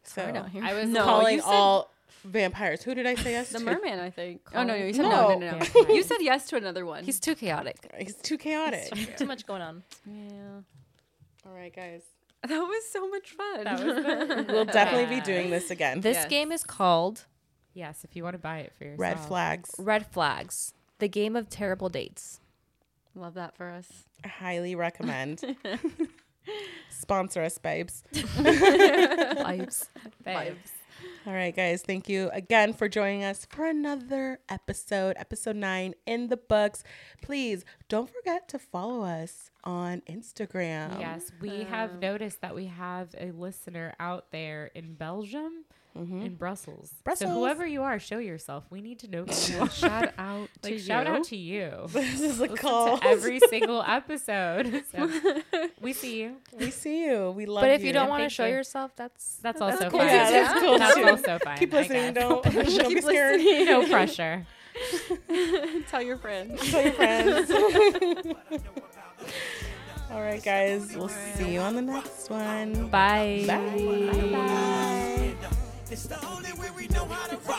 Speaker 2: So
Speaker 5: Hard out here.
Speaker 3: I was
Speaker 4: No,
Speaker 2: calling
Speaker 4: you said-
Speaker 2: all vampires. Who did I say yes
Speaker 4: The
Speaker 2: to?
Speaker 4: merman, I think. Oh
Speaker 5: Colin-
Speaker 4: no, you said no, no, no. no.
Speaker 3: No.
Speaker 4: you said yes to another one.
Speaker 5: He's too chaotic.
Speaker 2: It's too chaotic.
Speaker 5: Too much going on.
Speaker 4: yeah.
Speaker 2: all right, guys.
Speaker 4: That was so much fun.
Speaker 3: That was fun.
Speaker 2: We'll definitely be doing this again.
Speaker 5: This
Speaker 4: Yes.
Speaker 5: game is called
Speaker 3: Yes, if you want to buy it for yourself.
Speaker 2: Red flags.
Speaker 5: Red Flags, the game of terrible dates.
Speaker 4: Love that for us.
Speaker 2: Highly recommend. Sponsor us, babes.
Speaker 5: Vibes.
Speaker 3: Babes.
Speaker 2: All right, guys. Thank you again for joining us for another episode, episode nine in the books. Please don't forget to follow us on
Speaker 4: Um,
Speaker 2: Instagram.
Speaker 3: Yes, we
Speaker 4: uh,
Speaker 3: have noticed that we have a listener out there in Belgium,
Speaker 4: Mm-hmm.
Speaker 3: in Brussels.
Speaker 2: Brussels.
Speaker 3: So whoever you are, show yourself. We need to know who you are.
Speaker 4: Shout out
Speaker 3: like
Speaker 4: to
Speaker 3: shout
Speaker 4: you.
Speaker 3: out to you.
Speaker 2: This is a
Speaker 3: To
Speaker 2: call.
Speaker 3: every single episode. So, we see you.
Speaker 2: we see you. We love
Speaker 5: But if
Speaker 2: you
Speaker 5: you
Speaker 3: and
Speaker 5: don't want to
Speaker 3: thank
Speaker 5: show
Speaker 3: you.
Speaker 5: yourself, that's
Speaker 3: That's also
Speaker 4: cool
Speaker 3: fine.
Speaker 4: Yeah, too. that's cool
Speaker 3: That's
Speaker 2: too.
Speaker 3: also fine.
Speaker 2: keep
Speaker 3: I
Speaker 2: listening,
Speaker 3: guess.
Speaker 2: don't, don't be
Speaker 4: Keep
Speaker 2: scared.
Speaker 4: listening.
Speaker 3: No pressure.
Speaker 4: Tell your friends.
Speaker 2: Tell your friends. All right, guys. We'll see you on the next one.
Speaker 5: bye.
Speaker 2: Bye.
Speaker 1: It's the only way we know how to rock.